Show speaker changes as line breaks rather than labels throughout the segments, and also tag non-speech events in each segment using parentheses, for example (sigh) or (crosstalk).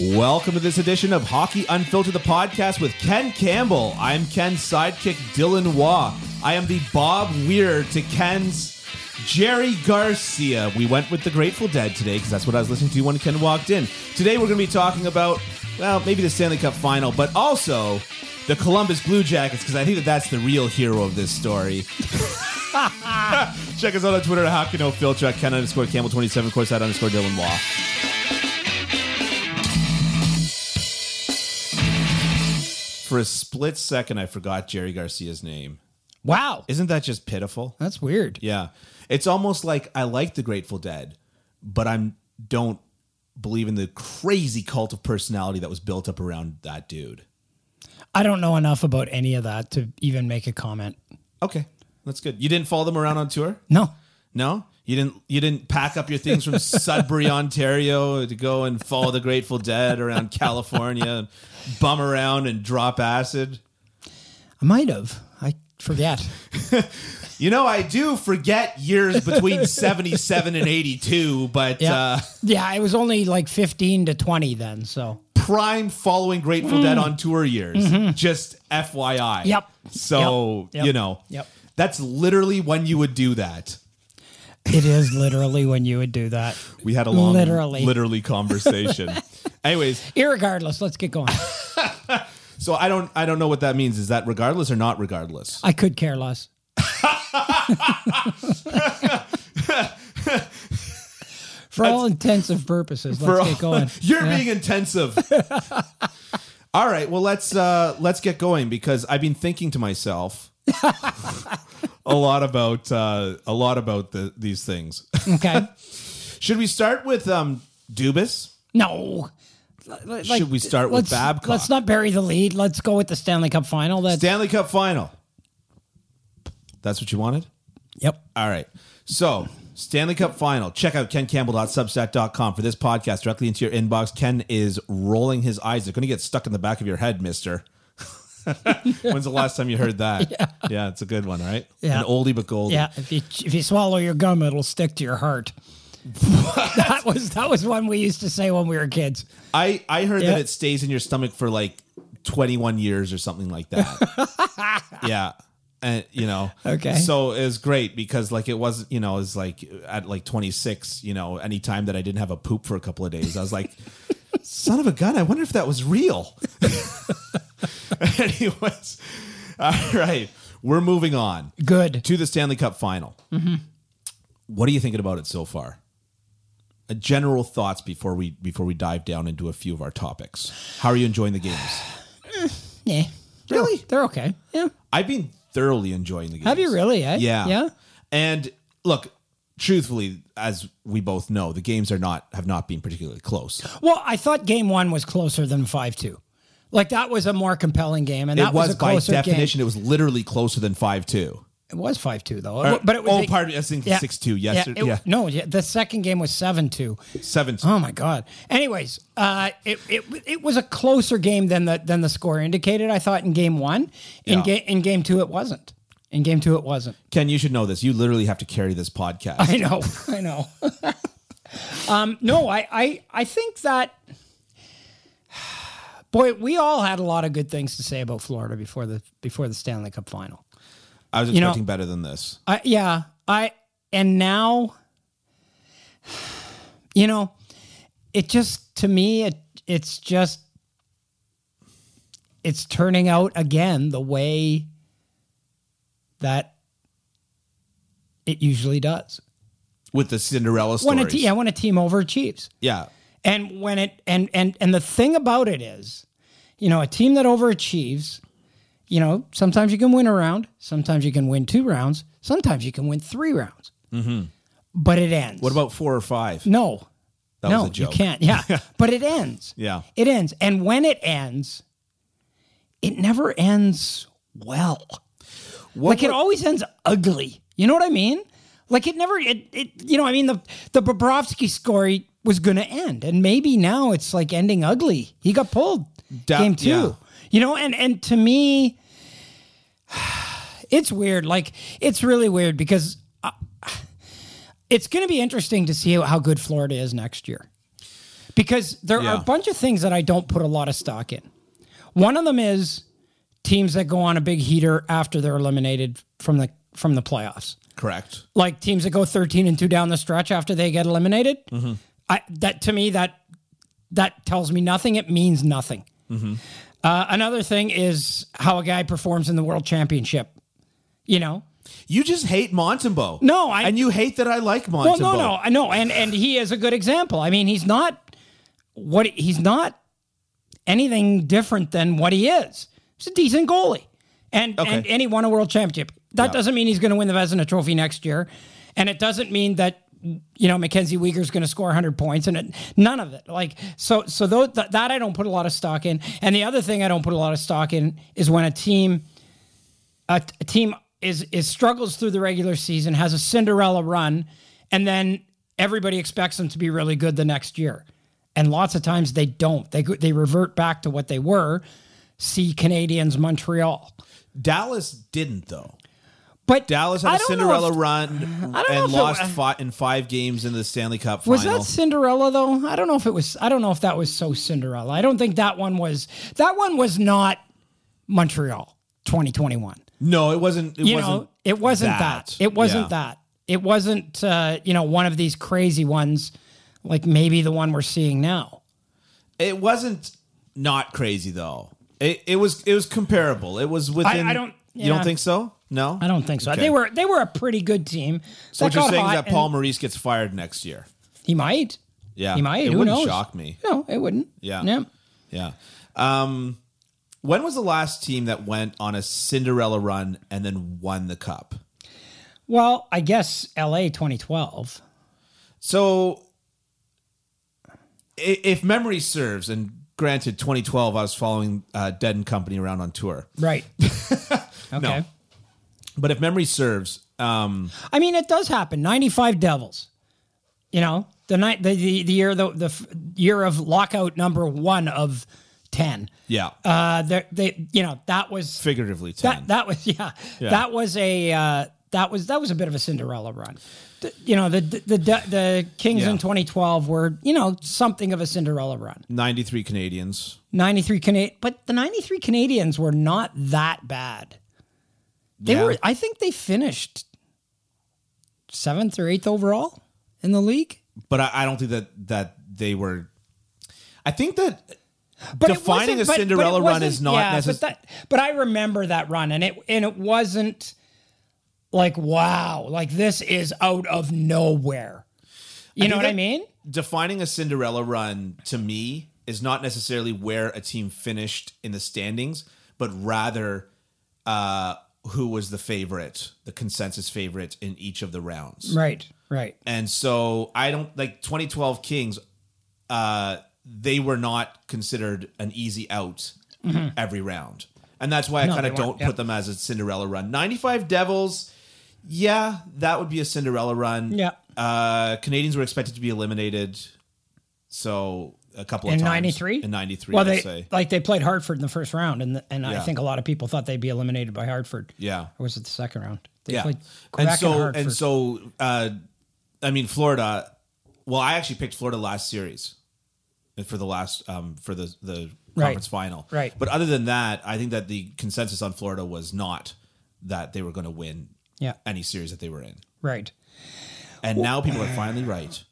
Welcome to this edition of Hockey Unfiltered, the podcast with Ken Campbell. I'm Ken's sidekick, Dylan Waugh. I am the Bob Weir to Ken's Jerry Garcia. We went with the Grateful Dead today because that's what I was listening to when Ken walked in. Today we're going to be talking about, well, maybe the Stanley Cup final, but also the Columbus Blue Jackets because I think that that's the real hero of this story. (laughs) Check us out on Twitter at Hockey No Filter at Ken underscore Campbell 27, of course, at underscore Dylan Waugh. For a split second, I forgot Jerry Garcia's name.
Wow.
Isn't that just pitiful?
That's weird.
Yeah. It's almost like I like the Grateful Dead, but I'm don't believe in the crazy cult of personality that was built up around that dude.
I don't know enough about any of that to even make a comment.
Okay. That's good. You didn't follow them around on tour?
No.
No? You didn't you didn't pack up your things from Sudbury, Ontario to go and follow the Grateful Dead around California and bum around and drop acid?
I might have. I forget.
You know, I do forget years between 77 and 82, but
(laughs) Yeah.
uh,
yeah, it was only like 15 to 20 then, so.
prime following Grateful Dead on tour years. Just FYI.
Mm. Mm-hmm. Yep.
So,
Yep. Yep.
you know,
Yep.
that's literally when you would do that.
It is literally when you would do that.
We had a long,
Literally. (laughs)
literally conversation. Anyways,
Irregardless, let's get going.
so I don't, I don't know what that means. Is that regardless or not regardless?
I could care (laughs) less. For all intents and purposes, let's get (laughs) going.
(laughs) You're being intensive.
(laughs)
All right, well let's uh, let's get going because I've been thinking to
(laughs)
myself a lot about uh, a lot about the, these things. (laughs)
Okay.
Should we start with um, Dubas?
No. L- l- like,
Should we start with
let's-
Babcock?
Let's not bury the lead. Let's go with the Stanley Cup final. That's
Stanley Cup final. That's what you wanted?
yep.
All right. So, Stanley Cup final. Check out kencampbell.substack.com for this podcast directly into your inbox. Ken is rolling his eyes. They're going to get stuck in the back of your head, mister. (laughs) When's the last time you heard
(laughs)
that? Yeah, it's a good one, right?
Yeah.
An oldie but goldie.
Yeah, if you if you swallow your gum, it'll stick to your heart. (laughs) that was that was one we used to say when we were kids.
I, I heard
Yeah.
that it stays in your stomach for like 21 years or something like that.
(laughs)
yeah. And you know,
Okay.
So it was great because like it was, you know, it was like at like 26, you know, any time that I didn't have a poop for a couple of days, I was
(laughs)
like, son of a gun, I wonder if that was real. (laughs) Anyways, all right, we're moving on
Good.
to the Stanley Cup final.
Mm-hmm.
What are you thinking about it so far? Uh, general thoughts before we before we dive down into a few of our topics. How are you enjoying the games?
Yeah.
Really?
They're okay. Yeah.
I've been thoroughly enjoying the games.
Have you really? Eh?
Yeah.
Yeah.
And look, truthfully, as we both know, the games are not have not been particularly close.
Well, I thought game one was closer than five two. Like that was a more compelling game, and that
it was,
a
by
closer
definition, it was literally closer than five two.
game. It was five two though. but it was
oh,
a-
pardon me, I think
yeah.
six two.
Yeah,
Yesterday,
it-
yeah,
No, yeah, the second game was seven two.
seven two.
Oh my god. Anyways, uh, it, it it was a closer game than the than the score indicated. I thought in game one. In
Yeah.
game in game two, it wasn't. In game two, it wasn't. (laughs)
Ken, you should know this. You literally have to carry this podcast.
I know. I know. (laughs) um, no, I, I I think that. (sighs) Boy, we all had a lot of good things to say about Florida before the before the Stanley Cup final.
I was
You know-
expecting better than this.
I yeah. I and now (sighs) you know, it just to me it it's just it's turning out again the way that it usually does.
with the Cinderella
When
stories.
a te- yeah, when a team overachieves.
yeah,
And when it and and and the thing about it is, you know, a team that overachieves you know, sometimes you can win a round, sometimes you can win two rounds, sometimes you can win three rounds. But it ends.
Mm-hmm. What about four or five?
No.
That
no,
was a joke.
you
(laughs)
can't. Yeah. but it ends.
Yeah.
It ends. And when it ends, it never ends well.
What
like it
would-
always ends ugly. You know what I mean? Like it never it, it you know, I mean the the Bobrovsky story was gonna end. And maybe now it's like ending ugly. He got pulled
Da-
game two.
yeah.
You know, and and to me, (sighs) it's weird. Like it's really weird because uh, it's going to be interesting to see how good Florida is next year, because there are
Yeah.
a bunch of things that I don't put a lot of stock in. One of them is teams that go on a big heater after they're eliminated from the from the playoffs,
Correct.
like teams that go thirteen and two down the stretch after they get eliminated. I that to me that that tells me nothing. It means nothing. Uh, another thing is how a guy performs in the world championship. You know,
You just hate Montembeau.
No, I-
and you hate that I like
Well,
Montembeau.
no, no, I know, and and he is a good example. I mean, he's not what he's not anything different than what he is. He's a decent goalie, and
Okay.
and, and he won a world championship. That
Yeah.
doesn't mean he's going to win the Vezina Trophy next year, and it doesn't mean that you know Mackenzie Weegar's going to score 100 points, and it, none of it. Like so, so those, th- that I don't put a lot of stock in. And the other thing I don't put a lot of stock in is when a team a, a team is is struggles through the regular season, has a Cinderella run, and then everybody expects them to be really good the next year. And lots of times they don't. They go- they revert back to what they were. See Canadians, Montreal.
Dallas didn't though.
But
Dallas
I
had a
don't know
Cinderella
if-
run
I don't know
and
if it
lost
wa-
fi- in five games in the Stanley Cup
Was
final.
that Cinderella though? I don't know if it was. I don't know if that was so Cinderella. I don't think that one was. That one was not Montreal 2021.
no, it wasn't. It
you
wasn't.
know, it wasn't that.
that.
It wasn't
Yeah.
that. It wasn't, uh, you know, one of these crazy ones, like maybe the one we're seeing now.
It wasn't not crazy though. It, it was. It was comparable. It was within.
I don't-
You
yeah.
don't think so? No,
I don't think so.
Okay.
They were they were a pretty good team.
So what
that
you're
got
saying is
hot
that
and-
Paul Maurice gets fired next year?
He might.
Yeah,
He might.
It
Who
wouldn't
knows?
shock me.
No, it wouldn't.
Yeah.
Yeah.
Yeah. Um, when was the last team that went on a Cinderella run and then won the cup?
Well, I guess L.A. 2012.
So, i- if memory serves, and granted, 2012, I was following uh, Dead and Company around on tour. (laughs)
Right. okay.
But if memory serves, um,
I mean, it does happen. 95 Devils. You know, the night the, the, the year the, the f- year of lockout number 1 of 10.
yeah,
Uh they, they you know, that was
figuratively 10.
that that was (laughs) yeah, that was a uh that was that was a bit of a Cinderella run. The- you know, the the the, the Kings
Yeah.
in 2012 were, you know, something of a Cinderella run.
93 Canadians.
93 Canadian, but the 93 Canadians were not that bad. They
Yeah.
were, I think they finished seventh or eighth overall in the league.
But I, I don't think that, that they were. I think that
But it
Defining
wasn't-
a
but- but it
Cinderella run
wasn't-
is not
yeah,
necess-
But, that, but I remember that run, and it and it wasn't like wow, like this is out of nowhere. You know
think
what I
that-
mean?
defining a Cinderella run to me is not necessarily where a team finished in the standings, but rather uh, who was the favorite, the consensus favorite in each of the rounds.
Right, right.
And so I don't like 2012 Kings. Uh, they were not considered an easy out every round, and that's why I kind
Mm-hmm. they
of
weren't,
don't
yeah.
put them as a Cinderella run. 95 Devils. Yeah, that would be a Cinderella run.
Yeah.
Uh, Canadians were expected to be eliminated, so a couple
In
of times.
'93,
In '93,
Well,
I'd
they
say.
like they played Hartford in the first round, and and I
Yeah.
think a lot of people thought they'd be eliminated by Hartford.
Yeah.
or was it the second round? They
yeah.
played Quebec
And
and,
so
Hartford.
and so, uh, I mean, Florida. Well, I actually picked Florida last series for the last um, for the the
Right.
conference final.
Right.
But other than that, I think that the consensus on Florida was not that they were going to win
yeah,
any series that they were in,
right.
and now people are finally right.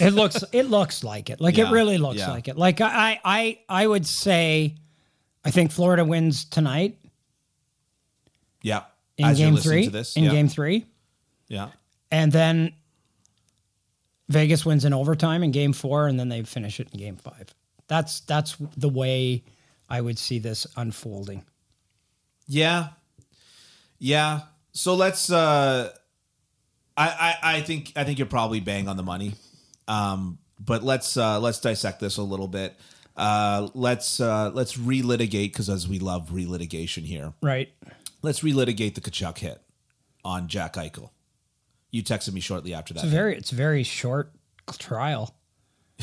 It looks it looks like it. Like
Yeah,
it really looks
yeah.
like it. Like I I I would say I think Florida wins tonight
Yeah.
in
As you're
game
listening
3.
to this,
in
yeah.
game 3
yeah.
and then Vegas wins in overtime in game 4 and then they finish it in game 5. That's that's the way I would see this unfolding.
Yeah. Yeah. So let's uh I, I I think I think you're probably bang on the money. Um but let's uh let's dissect this a little bit. Uh let's uh let's relitigate because as we love relitigation here.
Right.
Let's relitigate the Kachuk hit on Jack Eichel. You texted me shortly after that.
It's a very it's a very short trial.
(laughs)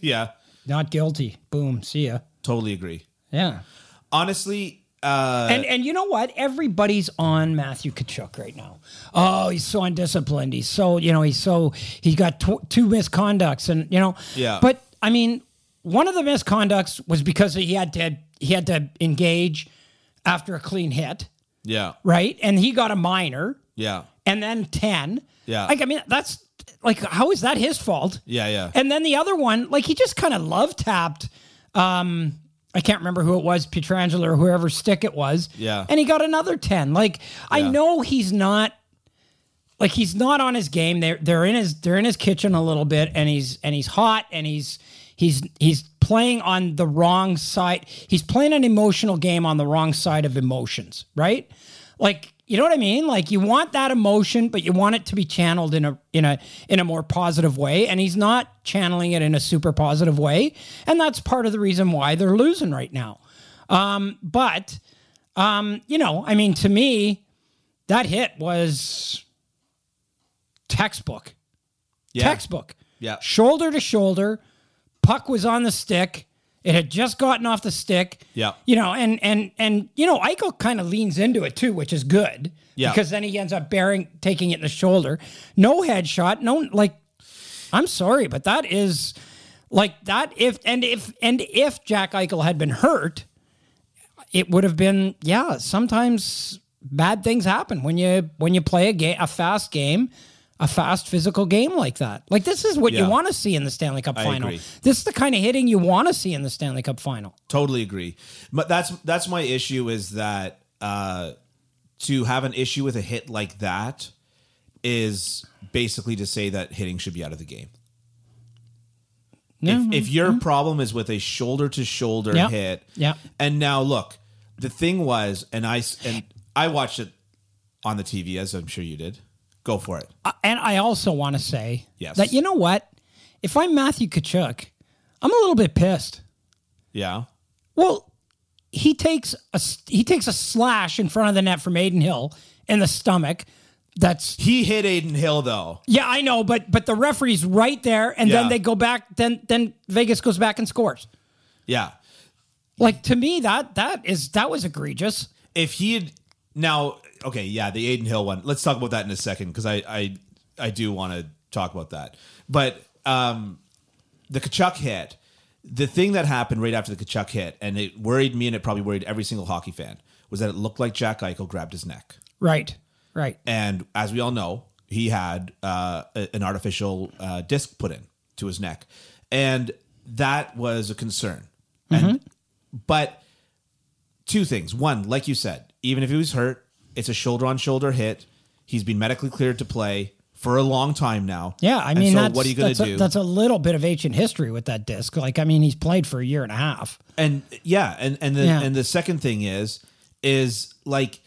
yeah.
Not guilty. Boom. See ya.
Totally agree.
Yeah.
Honestly, uh
And and you know what? Everybody's on Matthew Kachuk right now. Oh, he's so undisciplined. He's so you know he's so he's got tw- two misconducts and you know.
Yeah.
But I mean, one of the misconducts was because he had to he had to engage after a clean hit,
yeah.
right? And he got a minor
Yeah.
and then ten.
Yeah.
Like I mean, that's like how is that his fault?
Yeah, yeah.
And then the other one, like he just kind of love tapped. Um, I can't remember who it was, Pietrangelo or whoever stick it was.
Yeah.
And he got another ten. Like I
Yeah.
know he's not, like he's not on his game. They're they're in his they're in his kitchen a little bit, and he's and he's hot, and he's he's he's playing on the wrong side. He's playing an emotional game on the wrong side of emotions, right? Like you know what I mean? Like you want that emotion, but you want it to be channeled in a in a in a more positive way, and he's not channeling it in a super positive way, and that's part of the reason why they're losing right now. Um, but um, you know, I mean, to me, that hit was textbook,
yeah.
textbook,
Yeah.
shoulder to shoulder. Puck was on the stick. It had just gotten off the stick.
Yeah.
You know, and and and you know, Eichel kind of leans into it too, which is good.
Yeah.
Because then he ends up bearing taking it in the shoulder. No headshot. No like I'm sorry, but that is like that if and if and if Jack Eichel had been hurt, it would have been yeah, sometimes bad things happen when you when you play a game a fast game, a fast physical game like that. Like this is what
Yeah.
you want to see in the Stanley Cup final.
agree.
This is the kind of hitting you want to see in the Stanley Cup final.
totally agree but that's that's my issue is that uh to have an issue with a hit like that is basically to say that hitting should be out of the game if, if your problem is with a shoulder to shoulder
Yeah.
hit
Yeah.
and now look the thing was and i s- and i watched it on the tv as i'm sure you did go for it
Uh, and I also want to say
Yes.
that you know what? If I'm Matthew Kachuk, I'm a little bit pissed.
yeah
Well, he takes a he takes a slash in front of the net from Aiden Hill in the stomach. That's
he hit aiden hill though
yeah, I know, but but the referee's right there, and
Yeah.
then they go back. Then then Vegas goes back and scores.
yeah
Like to me, that that is that was egregious.
if he had now okay yeah the aiden hill one let's talk about that in a second because i i i do want to talk about that but um the Kachuk hit the thing that happened right after the Kachuk hit and it worried me and it probably worried every single hockey fan was that it looked like jack eichel grabbed his neck
Right, right.
and as we all know, he had uh, a- an artificial uh, disc put in to his neck, and that was a concern.
Mm-hmm.
And but two things: one, like you said, even if he was hurt, it's a shoulder on shoulder hit. He's been medically cleared to play for a long time now.
Yeah, I
And
mean,
so
that's,
what are you going
that's
to
a,
do?
That's a little bit of ancient history with that disc. Like, I mean, he's played for a year and a half.
and yeah and and the
Yeah.
and the second thing is is like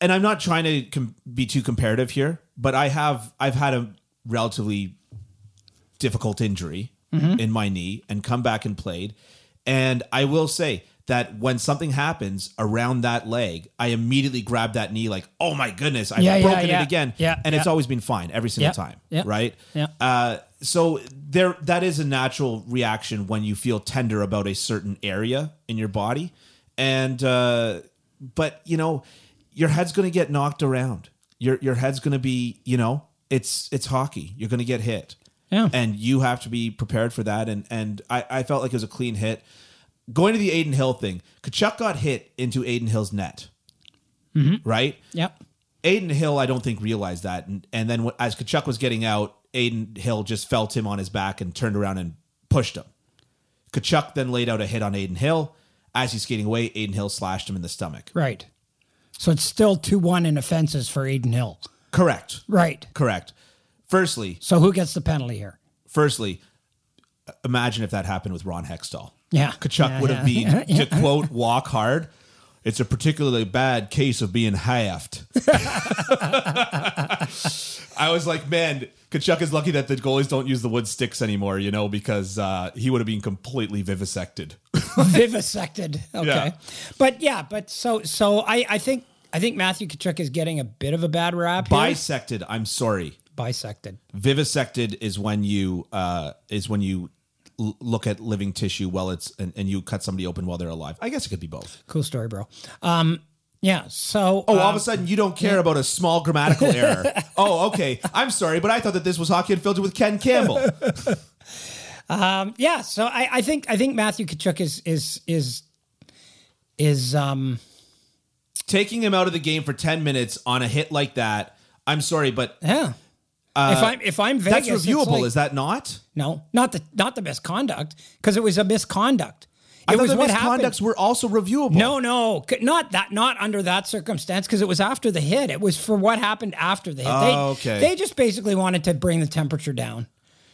and i'm not trying to com- be too comparative here but i have i've had a relatively difficult injury
Mm-hmm.
in my knee and come back and played and i will say that when something happens around that leg i immediately grab that knee like oh my goodness i've
Yeah, yeah,
broken
yeah.
it again
Yeah,
and it's
yeah.
always been fine every single
Yeah,
time
yeah,
right
yeah.
uh, so there that is a natural reaction when you feel tender about a certain area in your body and uh, but you know your head's going to get knocked around your your head's going to be you know it's it's hockey you're going to get hit
Yeah.
and you have to be prepared for that and and I, I felt like it was a clean hit going to the Aiden Hill thing Kachuk got hit into Aiden Hill's net right
Yep.
Aiden Hill, I don't think realized that, and, and then when- as Kachuk was getting out, Aiden Hill just felt him on his back and turned around and pushed him. Kachuk then laid out a hit on Aiden Hill. As he's skating away, Aiden Hill slashed him in the stomach.
Right. So it's still 2 1 in offenses for Aiden Hill.
Correct.
Right.
Correct. Firstly,
So who gets the penalty here?
firstly, imagine if that happened with Ron Hextall.
Yeah.
Kachuk
Yeah,
would
(laughs) yeah.
have been to quote walk hard. It's a particularly bad case of being halved. (laughs) I was like, man, Kachuk is lucky that the goalies don't use the wood sticks anymore, you know, because uh, he would have been completely vivisected.
vivisected. Okay,
Yeah.
but yeah, but so so I I think I think Matthew Kachuk is getting a bit of a bad rap. here.
Bisected, I'm sorry.
bisected.
Vivisected is when you uh, is when you l- look at living tissue while it's and, and you cut somebody open while they're alive. I guess it could be both.
Cool story, bro. Um, yeah. So
Oh, all of a sudden you don't care about a small
(laughs)
grammatical error. oh, okay. I'm sorry, but I thought that this was hockey unfiltered with Ken Campbell.
um, yeah. So I I think I think Matthew Kachuk is is is is um
Taking him out of the game for 10 minutes on a hit like that. I'm sorry, but
yeah. if I'm if I'm
Uh,
Vegas,
that's
it's
reviewable,
like-
is that not?
no not the not the misconduct because it was a misconduct.
I
It
thought
was
the
what happened.
misconducts were also reviewable.
No, no, c- not that, not under that circumstance, because it was after the hit. It was for what happened after the hit.
Oh,
they,
okay.
They just basically wanted to bring the temperature down,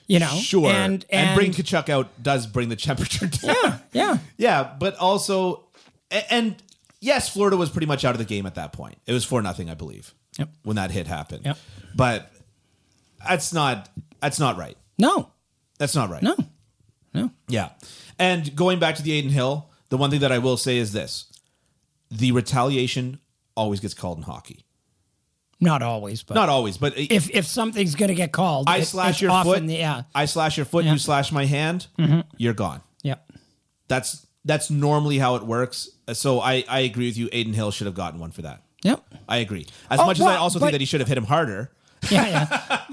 you know.
Sure.
and and,
bring Kachuk out does bring the temperature down.
yeah, yeah,
(laughs) Yeah, but also, a- and yes, Florida was pretty much out of the game at that point. It was four nothing, I believe,
Yep.
when that hit happened.
Yep.
But that's not that's not right.
no,
That's not right.
no, no.
Yeah. And going back to the Aiden Hill, the one thing that I will say is this: the retaliation always gets called in hockey.
Not always, but
Not always, but
if if something's going to get called,
I
it-
slash
it's
your
often
foot,
the- yeah,
I slash your foot,
Yeah. Mm-hmm.
you slash my hand, you're gone.
yep.
That's that's normally how it works. So I I agree with you. Aiden Hill should have gotten one for that.
Yep.
I agree. As
Oh,
much as I
well,
also
but-
think that he should have hit him harder.
Yeah,
(laughs)
yeah.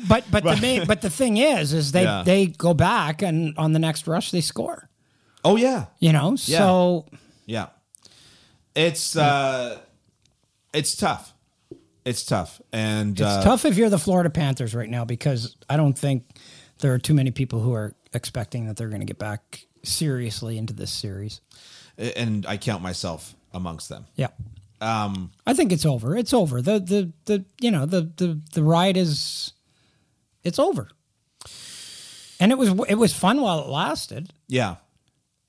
But but the main, but the thing is, is they
Yeah.
they go back and on the next rush they score.
Oh yeah,
You know, so
yeah. It's uh, it's tough. It's tough, and
It's
uh,
tough if you're the Florida Panthers right now because I don't think there are too many people who are expecting that they're going to get back seriously into this series.
and I count myself amongst them.
Yeah. Um, I think it's over. It's over. The the the you know the the the ride is it's over. And it was it was fun while it lasted.
Yeah.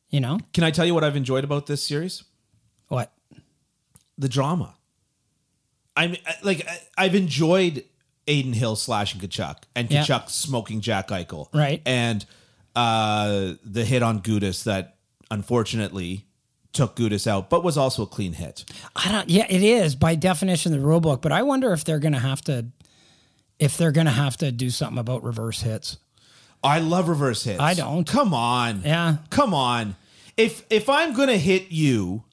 You know
Can I tell you what I've enjoyed about this series?
what?
The drama. I'm I- like I- I've enjoyed Aiden Hill slashing Kachuk and
Yeah.
Kachuk smoking Jack Eichel,
Right.
And uh, the hit on Gudis that unfortunately took Gudis out, but was also a clean hit.
I don't. Yeah, it is by definition the rule book. But I wonder if they're going to have to if they're going to have to do something about reverse hits.
I love reverse hits.
I don't.
Come on.
Yeah.
Come on. If if I'm gonna hit you,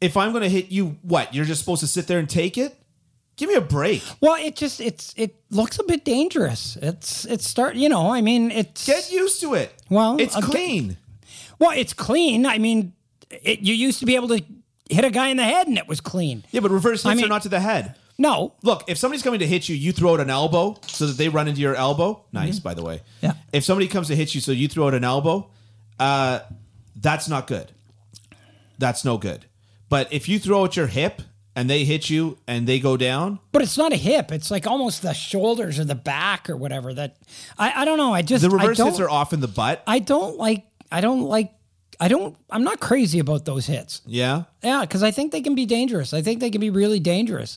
if I'm gonna hit you, what? You're just supposed to sit there and take it? Give me a break.
Well, it just it's it looks a bit dangerous. It's it's start you know I mean it's
Get used to it.
Well,
it's
I'll get-
clean.
well it's clean. I mean, it, you used to be able to hit a guy in the head and it was clean.
yeah, but reverse hits are
mean-
not to the head.
No,
Look, if somebody's coming to hit you, you throw out an elbow so that they run into your elbow. Nice, by the way.
Mm-hmm. Yeah.
If somebody comes to hit you, so you throw out an elbow, uh, that's not good. That's no good. But if you throw out your hip and they hit you and they go down,
but it's not a hip. It's like almost the shoulders or the back or whatever. That I I don't know. I just
The reverse
I don't,
hits are off in the butt.
I don't like. I don't like. I don't. I'm not crazy about those hits.
yeah.
Yeah, because I think they can be dangerous. I think they can be really dangerous.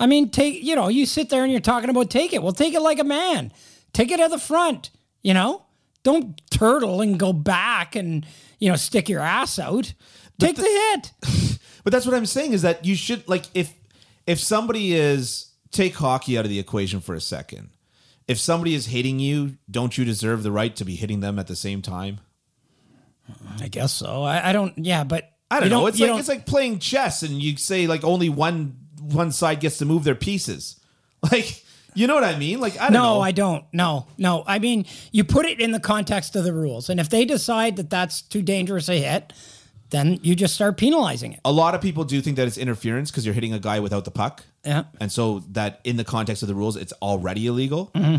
I mean, take you know, you sit there and you're talking about take it. Well, take it like a man. Take it at the front. You know, don't turtle and go back and you know stick your ass out. Take the, hit.
But that's what I'm saying is that you should like if if somebody is take hockey out of the equation for a second. If somebody is hitting you, don't you deserve the right to be hitting them at the same time?
I guess so. I, I don't. Yeah, but
I don't
you
know. It's
you
like it's like playing chess and you say like only one one side gets to move their pieces. (laughs) Like you know what I mean? Like I don't
no,
know.
I don't. No, no. I mean, you put it in the context of the rules, and if they decide that that's too dangerous a hit, then you just start penalizing it.
a lot of people do think that it's interference because you're hitting a guy without the puck.
Yeah.
And so that in the context of the rules, it's already illegal.
Mm-hmm.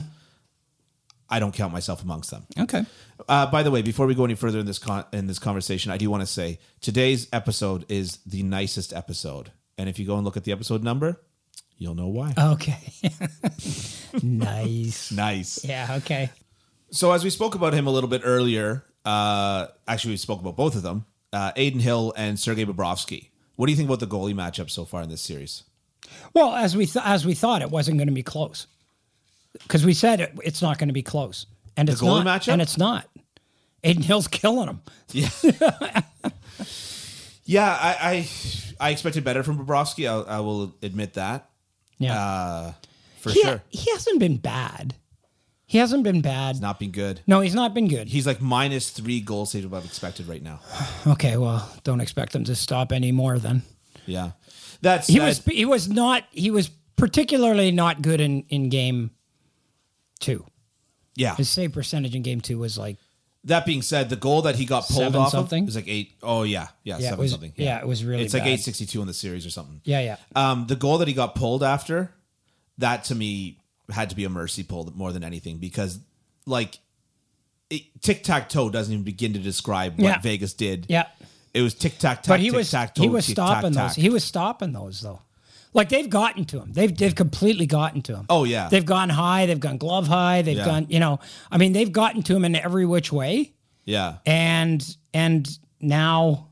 I don't count myself amongst them.
Okay.
Uh, by the way, before we go any further in this con- in this conversation, I do want to say today's episode is the nicest episode, and if you go and look at the episode number, you'll know why.
Uh, Okay. nice.
nice.
Yeah, okay.
So as we spoke about him a little bit earlier, uh, actually we spoke about both of them, uh, Aiden Hill and Sergei Bobrovsky. What do you think about the goalie matchup so far in this series?
Well, as we th- as we thought, it wasn't going to be close because we said it, it's not going to be close, and it's
goalie
not,
matchup?
and it's not. Aiden Hill's killing him.
Yeah, I I, I expected better from Bobrovsky. I, I will admit that
Yeah,
for
he,
Uh, sure.
he hasn't been bad. He hasn't been bad.
Not been good.
no, he's not been good.
He's like minus three goals saved above expected right now.
okay, well, don't expect him to stop anymore then.
Yeah, that's
He was he was not he was particularly not good in in game 2.
yeah.
His save percentage in game 2 was like
That being said, the goal that he got pulled
Seven
off
something?
of is like eight oh yeah, yeah,
yeah, it
seven
was,
something.
Yeah. it was really
it's like
bad.
eight sixty two in the series or something.
Yeah, yeah.
Um, the goal that he got pulled after, that to me had to be a mercy pull more than anything because, like, tic tac toe doesn't even begin to describe what
Yeah.
Vegas did.
Yeah.
it was tic tac toe.
But he was
tic-tac-toe,
he was stopping those.
tic-tac-tac.
He was stopping those though. Like they've gotten to him. They've they've completely gotten to him.
Oh, yeah.
They've gone high, they've gone glove high, they've
Yeah.
gone, you know, I mean they've gotten to him in every which way.
yeah,
and and now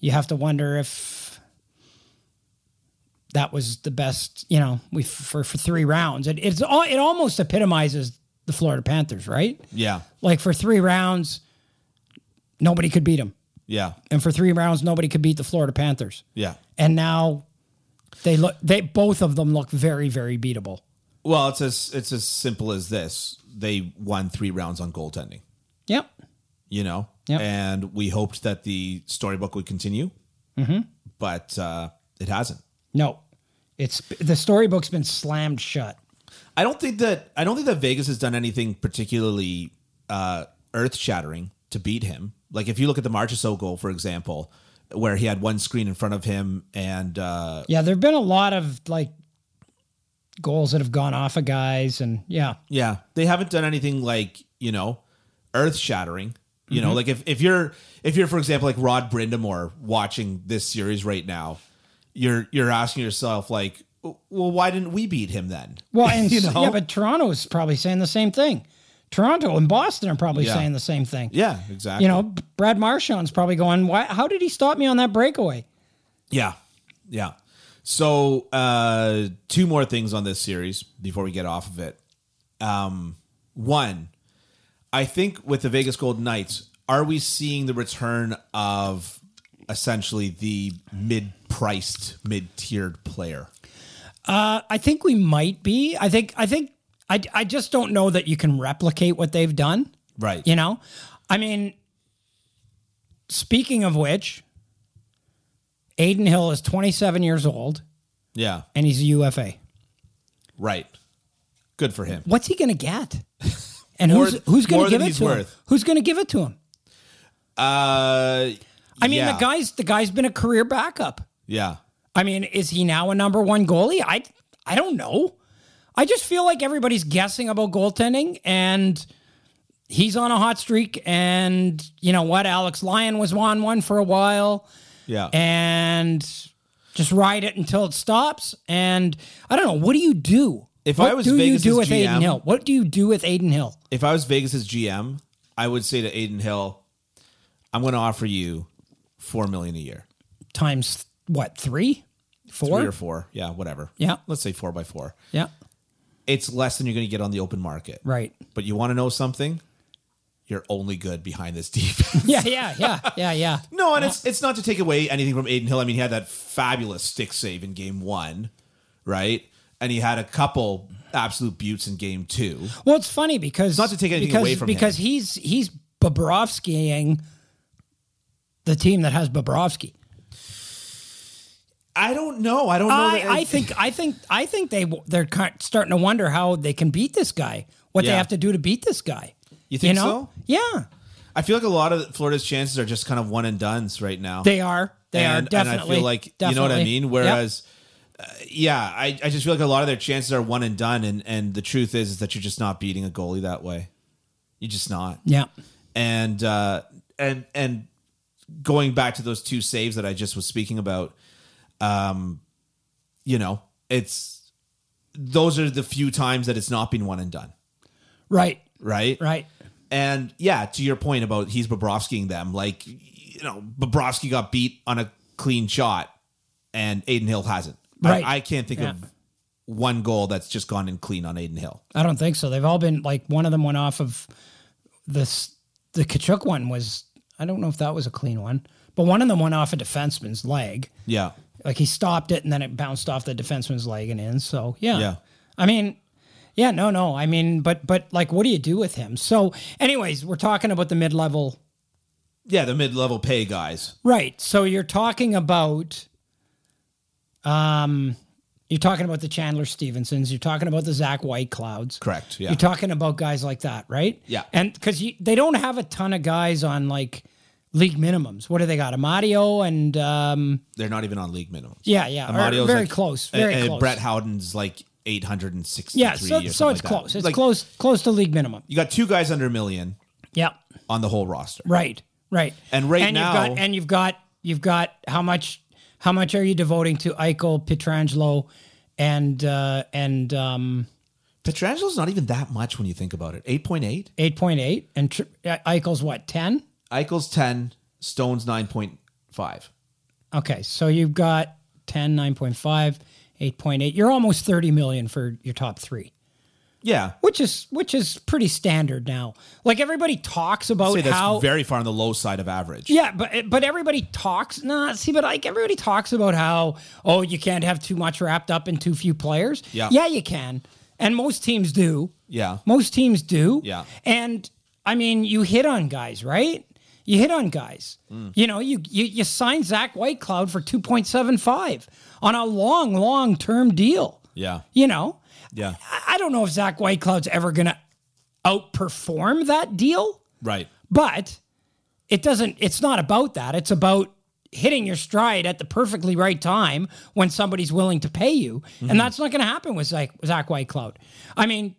you have to wonder if that was the best you know we for for three rounds it, it's all it almost epitomizes the florida panthers right
yeah,
like for three rounds nobody could beat them
yeah,
and for three rounds nobody could beat the florida panthers
yeah.
and now they look they both of them look very very beatable
Well, it's as it's as simple as this. They won three rounds on goaltending.
yep
you know,
Yep.
and we hoped that the storybook would continue,
Mm-hmm.
but uh, it hasn't.
no it's the storybook's been slammed shut
I don't think that I don't think that Vegas has done anything particularly uh, earth shattering to beat him. Like if you look at the Marchessault goal, for example, where he had one screen in front of him, and uh,
Yeah, there've been a lot of like goals that have gone off of guys, and yeah,
yeah, they haven't done anything like you know earth shattering. You
Mm-hmm.
know, like if, if you're if you're for example like Rod Brindamore watching this series right now, you're you're asking yourself like, well, why didn't we beat him then? (laughs)
well, and
You know?
yeah, but Toronto's probably saying the same thing. Toronto and Boston are probably
Yeah.
saying the same thing.
Yeah, exactly.
You know, Brad Marchand's probably going, "Why? How did he stop me on that breakaway?"
Yeah. Yeah. So, uh, two more things on this series before we get off of it. Um, one, I think with the Vegas Golden Knights, are we seeing the return of essentially the mid-priced, mid-tiered player?
I think we might be. I think. I think. I. I just don't know that you can replicate what they've done.
Right.
You know, I mean, speaking of which, Aiden Hill is 27 years old
Yeah.
and he's a UFA.
Right. Good for him.
what's he going to
(laughs)
get? And
More-
who's who's going
more
to give
than
it
he's
to him?
worth.
Who's going to give it to him?
Uh,
I mean,
yeah.
the guy's the guy's been a career backup.
Yeah.
I mean, is he now a number one goalie? I I don't know. I just feel like everybody's guessing about goaltending, and he's on a hot streak. And you know what? Alex Lyon was on one for a while,
Yeah.
and just ride it until it stops. And I don't know. What do you do?
If
what
I was
do
Vegas'
you do with Aiden
GM?
Hill? What do you do with Aiden Hill?
if I was Vegas's GM, I would say to Aiden Hill, I'm going to offer you four million a year.
times what three, four?
three or four. Yeah, whatever.
Yeah.
Let's say four by four.
Yeah,
It's less than you're going to get on the open market.
right.
But you want to know something? You're only good behind this (laughs) defense.
Yeah, yeah, yeah, yeah, yeah.
no, and it's it's not to take away anything from Aiden Hill. I mean, he had that fabulous stick save in game one, right? And he had a couple absolute buttes in game two.
Well, it's funny because
Not to take anything
because,
away from
because he's he's Bobrovskiing the team that has Bobrovsky.
I don't know. I don't know.
I,
that-
I think I think I think they they're kind of starting to wonder how they can beat this guy. What they
Yeah.
have to do to beat this guy.
You think
know?
so?
Yeah,
I feel like a lot of Florida's chances are just kind of one and done's right now.
they are. They
and,
are definitely.
And I feel like you know what I
definitely.
mean.
Yep.
Whereas, uh, yeah, I, I just feel like a lot of their chances are one and done. And and the truth is, is that you're just not beating a goalie that way. You're just not.
yeah.
And uh, and and going back to those two saves that I just was speaking about, um, you know, it's those are the few times that it's not been one and done,
right,
right?
right.
And yeah, to your point about he's Bobrovskying them, like you know, Bobrovsky got beat on a clean shot and Aiden Hill hasn't.
Right.
I, I can't think of one goal that's just gone in clean on Aiden Hill.
I don't think so. They've all been like one of them went off of this. The Kachuk one was I don't know if that was a clean one, but one of them went off a defenseman's leg.
Yeah.
Like he stopped it and then it bounced off the defenseman's leg and in. So yeah.
Yeah.
I mean, yeah, no, no. I mean, but but like what do you do with him? So anyways, we're talking about the mid level
Yeah, the mid level pay guys.
Right. So you're talking about um you're talking about the Chandler Stevensons, you're talking about the Zach White clouds.
Correct, yeah.
You're talking about guys like that, right?
Yeah.
And cuz they don't have a ton of guys on like league minimums. What do they got? Amadio and um
They're not even on league minimum.
yeah, yeah. or
Amadio's
very
like-
close.
and-
Very
and
close.
Brett Howden's like 863
yeah, so,
or something
so it's
like that.
close. It's
Like,
close close to league minimum.
You got two guys under a million
Yeah.
on the whole roster.
Right. Right.
And right
and
now-
you've got, and you've got you've got how much how much are you devoting to Eichel, Pietrangelo, and uh, and um,
Petrangelo's not even that much when you think about it. 8.8.
eight point eight and tri- Eichel's what ten?
Eichel's 10, Stone's 9.5.
Okay, so you've got 10, 9.5, 8.8. You're almost thirty million for your top three.
Yeah.
Which is which is pretty standard now. Like everybody talks about
Say that's
how
very far on the low side of average.
Yeah, but eh, but everybody talks. Nah, see, but like everybody talks about how oh you can't have too much wrapped up in too few players.
Yeah.
yeah, you can, and most teams do.
Yeah.
most teams do.
Yeah.
and I mean you hit on guys, right? You hit on guys.
Mm.
You know, you you you sign Zach Whitecloud for two point seven five on a long, long term deal.
Yeah.
You know,
Yeah.
I, I don't know if Zach Whitecloud's ever gonna outperform that deal.
Right.
But it doesn't, it's not about that. It's about hitting your stride at the perfectly right time when somebody's willing to pay you.
Mm-hmm.
And that's not going to happen with Zach, Zach Whitecloud. I mean,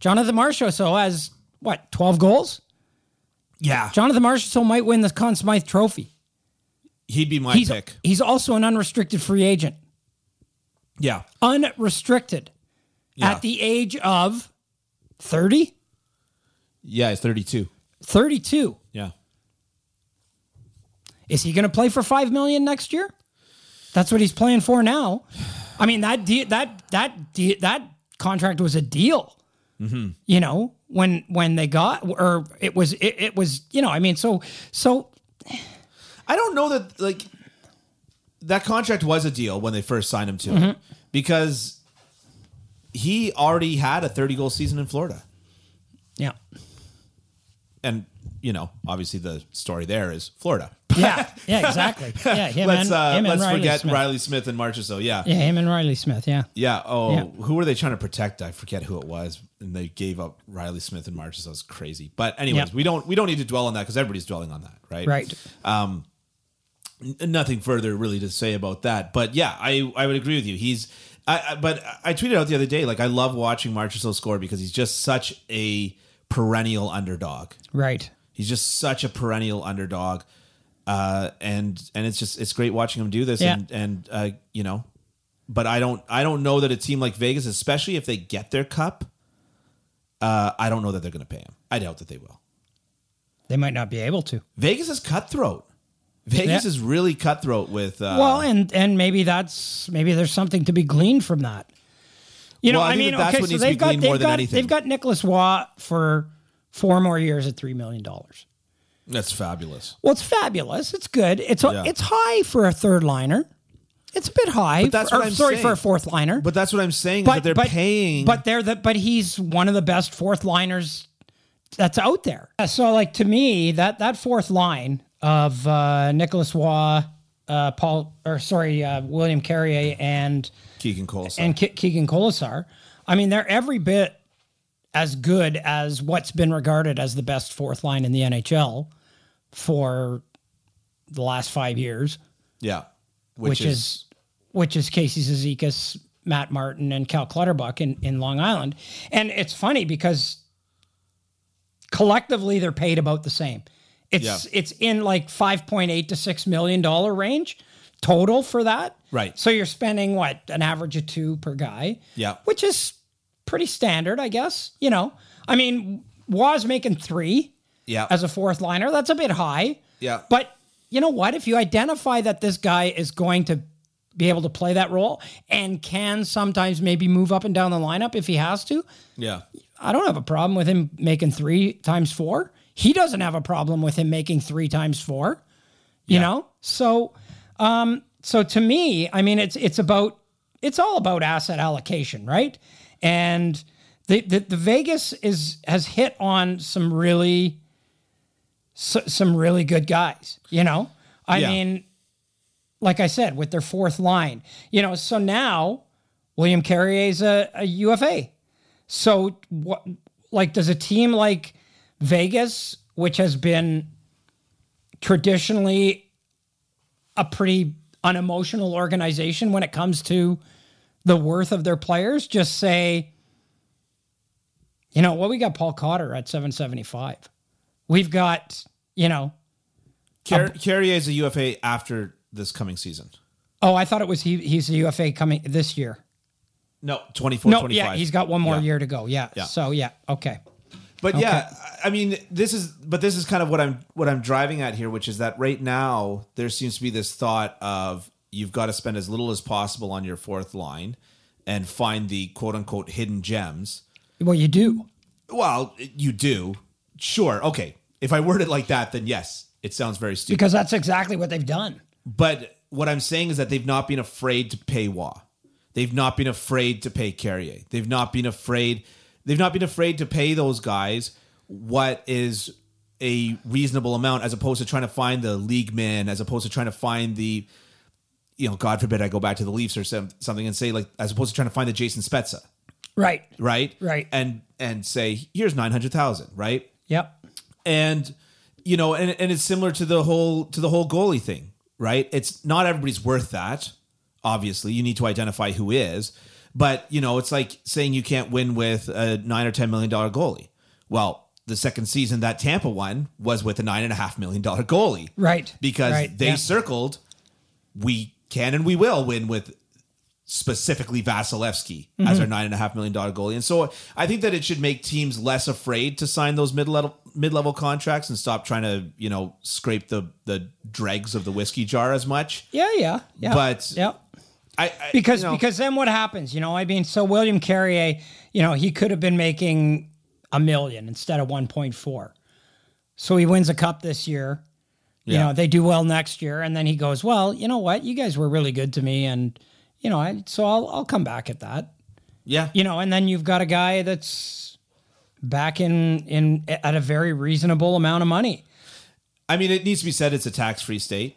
Jonathan Marchessault has what, 12 goals?
Yeah.
Jonathan Marchessault might win the Conn Smythe trophy.
He'd be my
He's,
pick.
he's also an unrestricted free agent.
Yeah.
Unrestricted
Yeah.
at the age of 30,
Yeah, he's 32.
32.
Yeah.
Is he going to play for five million next year? That's what he's playing for now. I mean that de- that that de- that contract was a deal.
Mm-hmm.
You know when when they got or it was it, it was you know I mean so so
I don't know that like that contract was a deal when they first signed him to it because he already had a 30 goal season in Florida. (laughs)
yeah
And you know, obviously the story there is Florida.
yeah yeah exactly yeah him
let's
and,
uh,
him and
let's
Riley
forget
Smith.
Riley Smith and Marchessault. Yeah.
yeah him and Riley Smith yeah
Yeah. Oh,
Yeah.
who were they trying to protect? I forget who it was, and they gave up Riley Smith and Marchessault. It was crazy. But anyways,
Yeah.
we don't we don't need to dwell on that because everybody's dwelling on that, right?
right
N- nothing further really to say about that. But yeah, I I would agree with you. He's I, I but I tweeted out the other day like I love watching Marchessault score because he's just such a perennial underdog.
right
He's just such a perennial underdog. Uh, and and it's just it's great watching him do this
Yeah.
and and uh, you know, but I don't I don't know that a team like Vegas, especially if they get their cup, uh, I don't know that they're going to pay him. I doubt that they will.
they might not be able to
Vegas is cutthroat. Vegas
Yeah.
is really cutthroat with. Uh,
well and and maybe that's maybe there's something to be gleaned from that you know
Well, I
i,
think that
mean
that's
okay
what
so
needs to be
they've got
gleaned
they've
more than
got
anything.
they've got nicholas watt for four more years at three million dollars
that's fabulous.
well it's fabulous it's good it's
Yeah.
it's high for a third liner it's a bit high but
that's
for,
what
or,
I'm
sorry for
saying.
a fourth liner
But that's what I'm saying. is that they're paying.
but they're the but he's one of the best fourth liners that's out there. So like to me that that fourth line of uh, Nicholas Waugh, uh, Paul or sorry uh, William Carrier and
Keegan Coles.
and Ke- Keegan Colasar. I mean they're every bit as good as what's been regarded as the best fourth line in the NHL for the last five years
yeah,
which is, which is Casey Zizekas, Matt Martin, and Cal Clutterbuck in, in Long Island. And it's funny because collectively they're paid about the same. It's
Yeah.
it's in like five point eight to six million dollar range total for that.
Right.
So you're spending what an average of two per guy.
Yeah.
Which is pretty standard, I guess. You know, I mean, Wa's making three
yeah
as a fourth liner. That's a bit high.
Yeah.
But you know what? If you identify that this guy is going to be able to play that role and can sometimes maybe move up and down the lineup if he has to.
Yeah.
I don't have a problem with him making three times four. He doesn't have a problem with him making three times four. You know? So um, so to me, I mean it's it's about it's all about asset allocation, right? And the the, the Vegas is has hit on some really s- some really good guys, you know? I
Yeah.
mean, like I said, with their fourth line, you know, so now William Carrier is a, a UFA. So what like does a team like Vegas, which has been traditionally a pretty unemotional organization when it comes to the worth of their players, just say, you know, well, we got Paul Cotter at 775. We've got, you know,
Car- Carrier is a UFA after this coming season.
oh, I thought it was he he's the UFA coming this year.
No, 24,
No,
25.
yeah, he's got one more
Yeah.
year to go. Yeah.
Yeah.
So yeah, okay.
But yeah, I I mean, this is but this is kind of what I'm what I'm driving at here, which is that right now there seems to be this thought of you've got to spend as little as possible on your fourth line and find the quote unquote hidden gems.
Well, you do.
Well, you do. Sure. Okay. If I word it like that, then yes, it sounds very stupid.
Because that's exactly what they've done.
But what I'm saying is that they've not been afraid to pay Wah. They've not been afraid to pay Carrier. They've not been afraid. They've not been afraid to pay those guys what is a reasonable amount, as opposed to trying to find the league man, as opposed to trying to find the, you know, God forbid I go back to the Leafs or some, something and say like, as opposed to trying to find the Jason Spezza,
Right.
right?
Right.
And and say here's nine hundred thousand, right?
Yep.
and you know and, and it's similar to the whole to the whole goalie thing right it's not everybody's worth that obviously you need to identify who is but you know it's like saying you can't win with a 9 or 10 million dollar goalie well the second season that tampa won was with a 9.5 million dollar goalie
Right.
because
Right.
they
Yeah.
circled we can and we will win with specifically Vasilevsky as our nine and a half million dollar goalie. And so I think that it should make teams less afraid to sign those mid level mid level contracts and stop trying to, you know, scrape the the dregs of the whiskey jar as much.
Yeah, yeah, yeah.
But-
yep.
I, I
Because
you know,
because then what happens? You know, I mean, so William Carrier, you know, he could have been making a million instead of one point four. So he wins a cup this year. You
Yeah.
know, they do well next year, and then he goes, "Well, you know what? You guys were really good to me, and you know, I so I'll I'll come back at that."
yeah.
You know, and then you've got a guy that's back in in at a very reasonable amount of money.
I mean, it needs to be said it's a tax free state,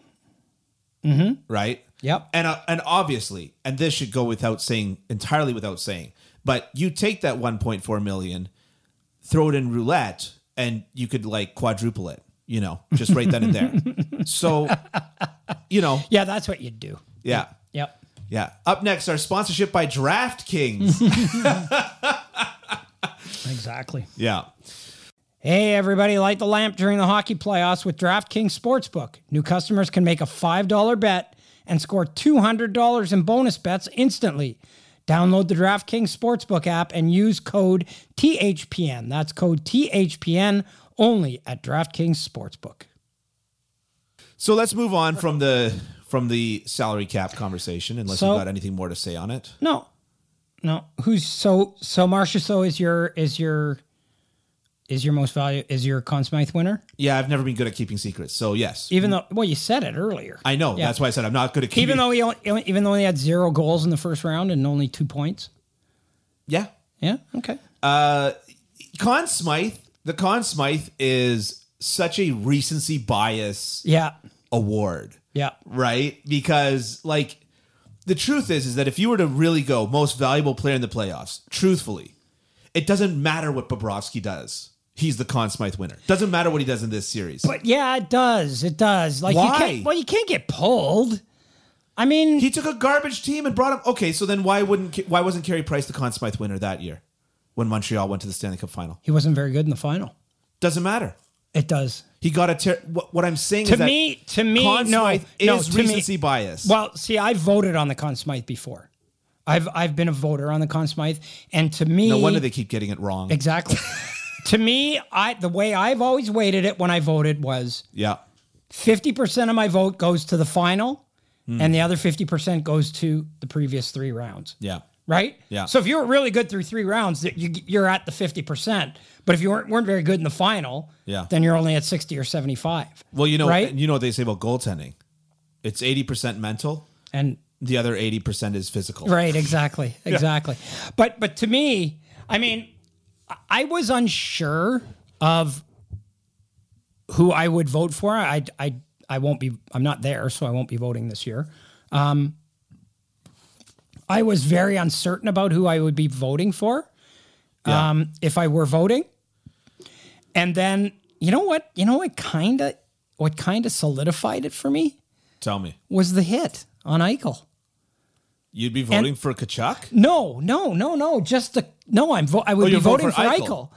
mm-hmm. right?
Yep.
And uh, and obviously, and this should go without saying, entirely without saying, but you take that 1.4 million, throw it in roulette, and you could like quadruple it, you know, just right then and
(laughs)
there. So, you know,
Yeah, that's what you'd do.
yeah,
Yep.
yeah. Up next, our sponsorship by
(laughs)
DraftKings.
Exactly.
yeah.
Hey, everybody, light the lamp during the hockey playoffs with DraftKings Sportsbook. New customers can make a $5 bet and score $200 in bonus bets instantly. Download the DraftKings Sportsbook app and use code THPN. That's code THPN only at DraftKings Sportsbook.
So let's move on from the from the salary cap conversation, unless
So-
you've got anything more to say on it.
No, no. Who's so so? Marcia so is your is your is your most value is your Conn Smythe winner?
Yeah, I've never been good at keeping secrets, so yes.
Even though well, you said it earlier.
I know. That's why I said I'm not good at keeping.
E even though he only, even though he had zero goals in the first round and only two points.
yeah,
Yeah. Okay.
Con Smythe, the Con Smythe is such a recency bias
Yeah.
award,
Yeah.
right? Because like the truth is, is that if you were to really go most valuable player in the playoffs, truthfully, it doesn't matter what Bobrovsky does. He's the Con Smythe winner. Doesn't matter what he does in this series.
But yeah, it does. It does. Like you
Why?
can't. Well, you can't get pulled. I mean,
he took a garbage team and brought him. Okay, so then why wouldn't why wasn't Carey Price the Conn Smythe winner that year when Montreal went to the Stanley Cup final?
he wasn't very good in the final.
Doesn't matter.
It does.
He got a. Ter- what, what I'm saying
To
is that
me- to me,
Conn
no,
Smythe
no,
is
to me-
recency bias.
Well, see, I voted on the Conn Smythe before. I've I've been a voter on the Conn Smythe, and to me,
No wonder they keep getting it wrong.
exactly.
(laughs)
to me, I the way I've always weighted it when I voted was
yeah.
50% of my vote goes to the final
Hmm.
and the other 50% goes to the previous three rounds.
Yeah.
Right?
Yeah.
So if you were really good through three rounds, that you, you're at the 50%. But if you weren't, weren't very good in the final,
Yeah.
then you're only at 60 or 75.
Well, you know,
Right?
you know what they say about goaltending. It's eighty percent mental.
And
The other eighty percent is physical.
Right, exactly, exactly. But but to me, I mean, I was unsure of who I would vote for. I I I won't be. I'm not there, so I won't be voting this year. Um, I was very uncertain about who I would be voting for
Yeah.
um, if I were voting. And then you know what? You know what kind of what kind of solidified it for me
Tell me,
was the hit on Eichel.
you'd be voting for Kachuk?
No, no, no, no. Just the no. I'm vo- I would
Oh,
be
you're voting
voting for
for
Eichel.
Eichel.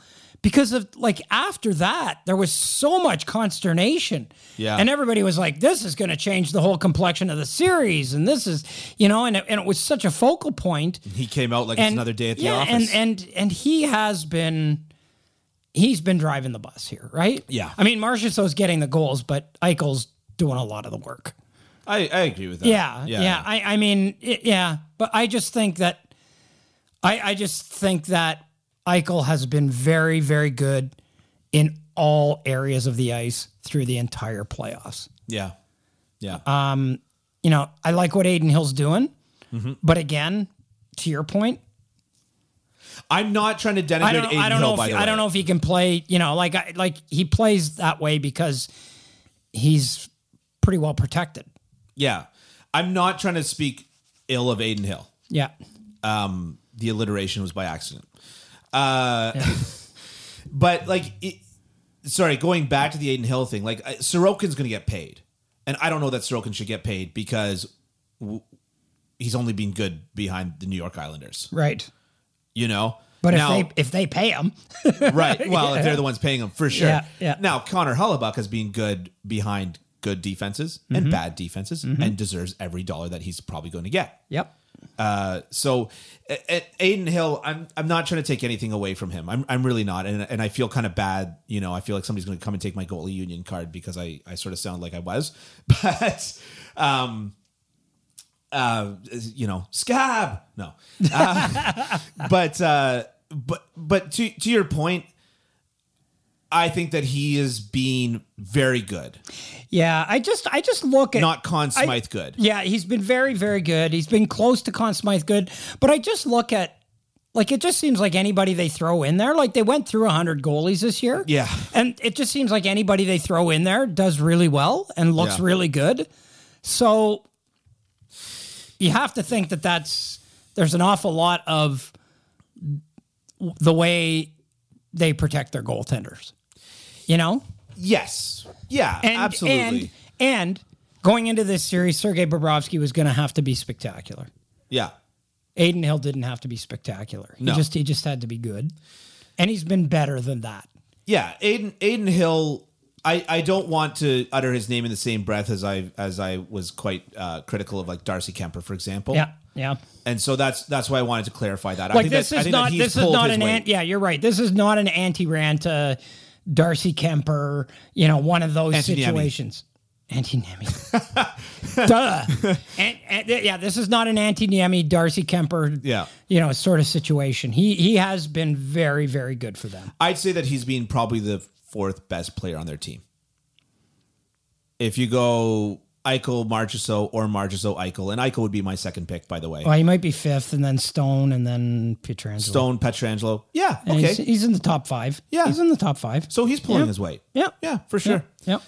because of like after that there was so much consternation.
Yeah.
and everybody was like, "This is going to change the whole complexion of the series," and this is you know, and it, and it was such a focal point.
He came out like it's
And
another day at the
yeah,
office.
and and and he has been. He's been driving the bus here, right?
Yeah.
I mean, Marchessault's getting the goals, but Eichel's doing a lot of the work.
I, I agree with that.
Yeah, yeah. I, I mean, it, yeah, but I just think that I, I just think that Eichel has been very, very good in all areas of the ice through the entire playoffs.
yeah. Yeah.
Uh, You know, I like what Aiden Hill's doing,
Mm-hmm.
but again, to your point,
I'm not trying to denigrate
I don't, I
Aiden
don't
Hill,
know.
by
If,
the
I don't
way.
know if he can play. You know, like I, like he plays that way because he's pretty well protected.
Yeah. I'm not trying to speak ill of Aiden Hill.
Yeah,
um, the alliteration was by accident. Uh, but like, it, sorry, going back to the Aiden Hill thing, like uh, Sorokin's going to get paid, and I don't know that Sorokin should get paid because w- he's only been good behind the New York Islanders,
right.
you know.
But
now,
if they (laughs) if they pay him,
right, well, if they're the ones paying him for sure.
Yeah, yeah.
Now Connor Hellebuck has been good behind good defenses
Mm-hmm.
and bad defenses, and deserves every dollar that he's probably going to get.
yep.
Uh, so a- a- Aiden Hill, I'm I'm not trying to take anything away from him. I'm I'm really not, and and I feel kind of bad. You know, I feel like somebody's going to come and take my goalie union card because I I sort of sound like I was, (laughs) but um, uh, you know, scab no, Uh, (laughs) but uh, but but to to your point. I think that he is being very good,
Yeah, I just I just look at
not Conn Smythe good.
Yeah, he's been very very good. He's been close to Conn Smythe good, but I just look at like it just seems like anybody they throw in there, like they went through 100 goalies this year.
Yeah.
And it just seems like anybody they throw in there does really well and looks
Yeah.
really good. So you have to think that that's there's an awful lot of the way they protect their goaltenders. You know?
Yes, yeah, absolutely.
And, and going into this series, Sergei Bobrovsky was going to have to be spectacular.
yeah,
Aiden Hill didn't have to be spectacular. He
No.
just he just had to be good, and he's been better than that.
yeah, Aiden Aiden Hill. I, I don't want to utter his name in the same breath as I as I was quite uh, critical of like Darcy Kemper, for example.
Yeah, yeah.
And so that's that's why I wanted to clarify that. I
Like
think
this
that, I
is
think that
not
he's
this is
pulled
not
his
an
weight.
ant. Yeah, you're right. This is not an anti rant. Uh, Darcy Kemper, you know, one of those
Anti-Nemi.
situations. Anti Nemi.
(laughs)
Duh. And, and, yeah, this is not an anti Nemi Darcy Kemper.
Yeah.
You know, sort of situation. He he has been very very good for them.
I'd say that he's been probably the fourth best player on their team. If you go Eichel, Marchessault, or Marchessault, Eichel, and Eichel would be my second pick, by the way.
Well, he might be fifth, and then Stone, and then Pietrangelo.
Stone, Petrangelo. Yeah,
And
okay.
He's, he's in the top five.
Yeah.
He's in the top five.
so he's pulling
Yeah.
his weight.
Yeah.
Yeah, for sure.
Yeah. yeah.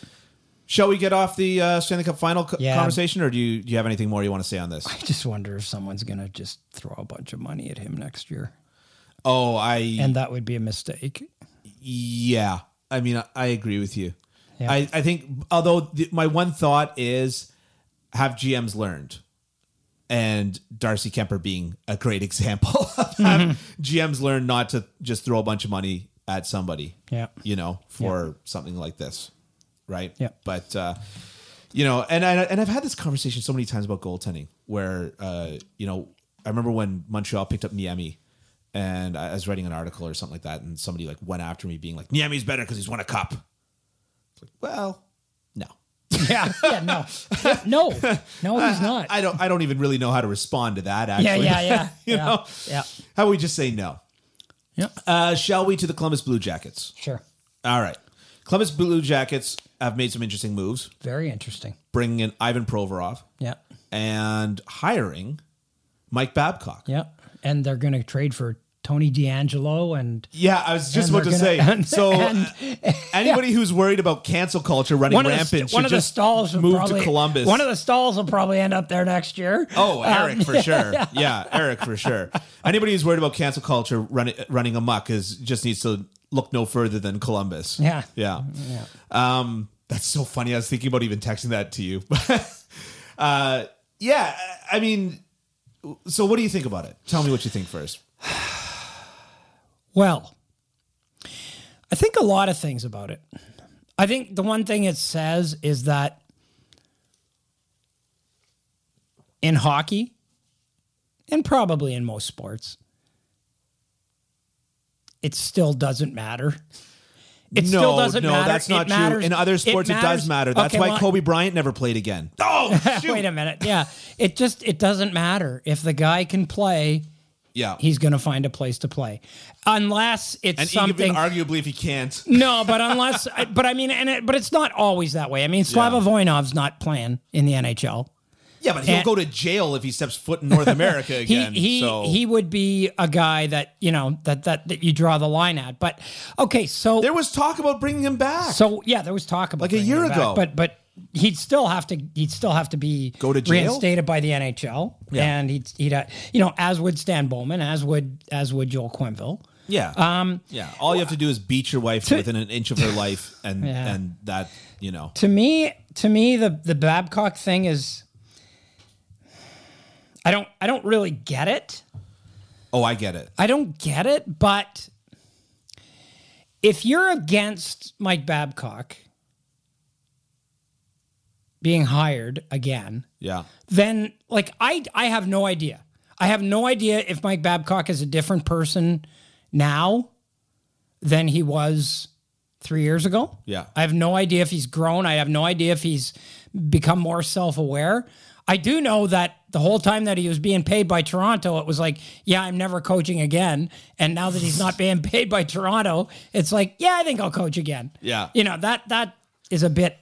Shall we get off the uh, Stanley Cup final co-
Yeah.
conversation, or do you do you have anything more you want to say on this?
I just wonder if someone's going to just throw a bunch of money at him next year.
Oh, I
And that would be a mistake.
yeah. I mean, I, I agree with you.
Yeah.
I, I think, although the, my one thought is, have GMs learned, and Darcy Kemper being a great (laughs) example. of
(laughs)
have GMs learned not to just throw a bunch of money at somebody.
Yeah.
you know, for something like this, right?
Yeah.
But uh, you know, and I, and I've had this conversation so many times about goaltending, where uh, you know, I remember when Montreal picked up Niemi, and I I was writing an article or something like that, and somebody like went after me, being like, "Niemi's better because he's won a cup." It's like, well, no.
(laughs) yeah, yeah, no, no, no, (laughs) he's not.
I don't. I don't even really know how to respond to that. Actually,
yeah, yeah, (laughs) yeah,
(laughs) you
yeah,
know,
yeah,
how about we just say no?
yeah,
Uh, shall we to the Columbus Blue Jackets?
sure.
All right, Columbus Blue Jackets have made some interesting moves,
Very interesting.
bringing in Ivan Provorov
Yeah,
and hiring Mike Babcock.
yeah, and they're going to trade for Tony D'Angelo and
Yeah, I was just
And
about to
they're
say.
gonna- (laughs) and-
so,
and-
uh, anybody who's worried about cancel culture running
one of the,
rampant
st- one
should
of the
just
stalls will
move
probably,
to Columbus.
One of the stalls will probably end up there next year.
Oh,
Um,
Eric
(laughs)
for sure. Yeah, Eric for sure. Anybody who's worried about cancel culture running running amok is just needs to look no further than Columbus.
Yeah.
yeah. Um, that's so funny. I was thinking about even texting that to you. (laughs) uh, yeah, I mean, so what do you think about it? Tell me what you think first.
Well, I think a lot of things about it. I think the one thing it says is that in hockey, and probably in most sports, it still doesn't matter. It still doesn't
no,
matter.
that's not
it matters.
true. In other sports, it,
matters.
does matter. That's
Okay,
why
well,
Kobe Bryant never played again. Oh, shoot.
(laughs) Wait a minute. Yeah, it just it doesn't matter if the guy can play.
yeah.
He's going to find a place to play, unless it's
and
something
even arguably, if he can't,
No, but unless, I- but I mean, and it, but it's not always that way. I mean, Slava
Yeah.
Voinov's not playing in the NHL.
yeah, but he'll
And-
go to jail if he steps foot in
(laughs)
North America
He
again.
he
so.
he would be a guy that you know that that that you draw the line at. But okay, so
There was talk about bringing him back.
so yeah, there was talk about
Like a
bringing
year
him back,
ago.
but but he'd still have to he'd still have to be
Go to jail?
reinstated by the NHL,
Yeah.
and he'd he'd uh, you know as would Stan Bowman, as would as would Joel Quinville.
yeah, um, yeah. All you have to do is beat your wife within an inch of her life, and
Yeah.
and that you know.
to me to me the the babcock thing is i don't i don't really get it
Oh, I get it.
i don't get it but if you're against mike babcock being hired again
Yeah,
then like I I have no idea. I have no idea if Mike Babcock is a different person now than he was three years ago.
Yeah.
I have no idea if he's grown. I have no idea if he's become more self aware. I do know that the whole time that he was being paid by Toronto, it was like, yeah, I'm never coaching again. And now that
(laughs)
he's not being paid by Toronto, it's like, yeah, I think I'll coach again.
Yeah.
You know, that that is a bit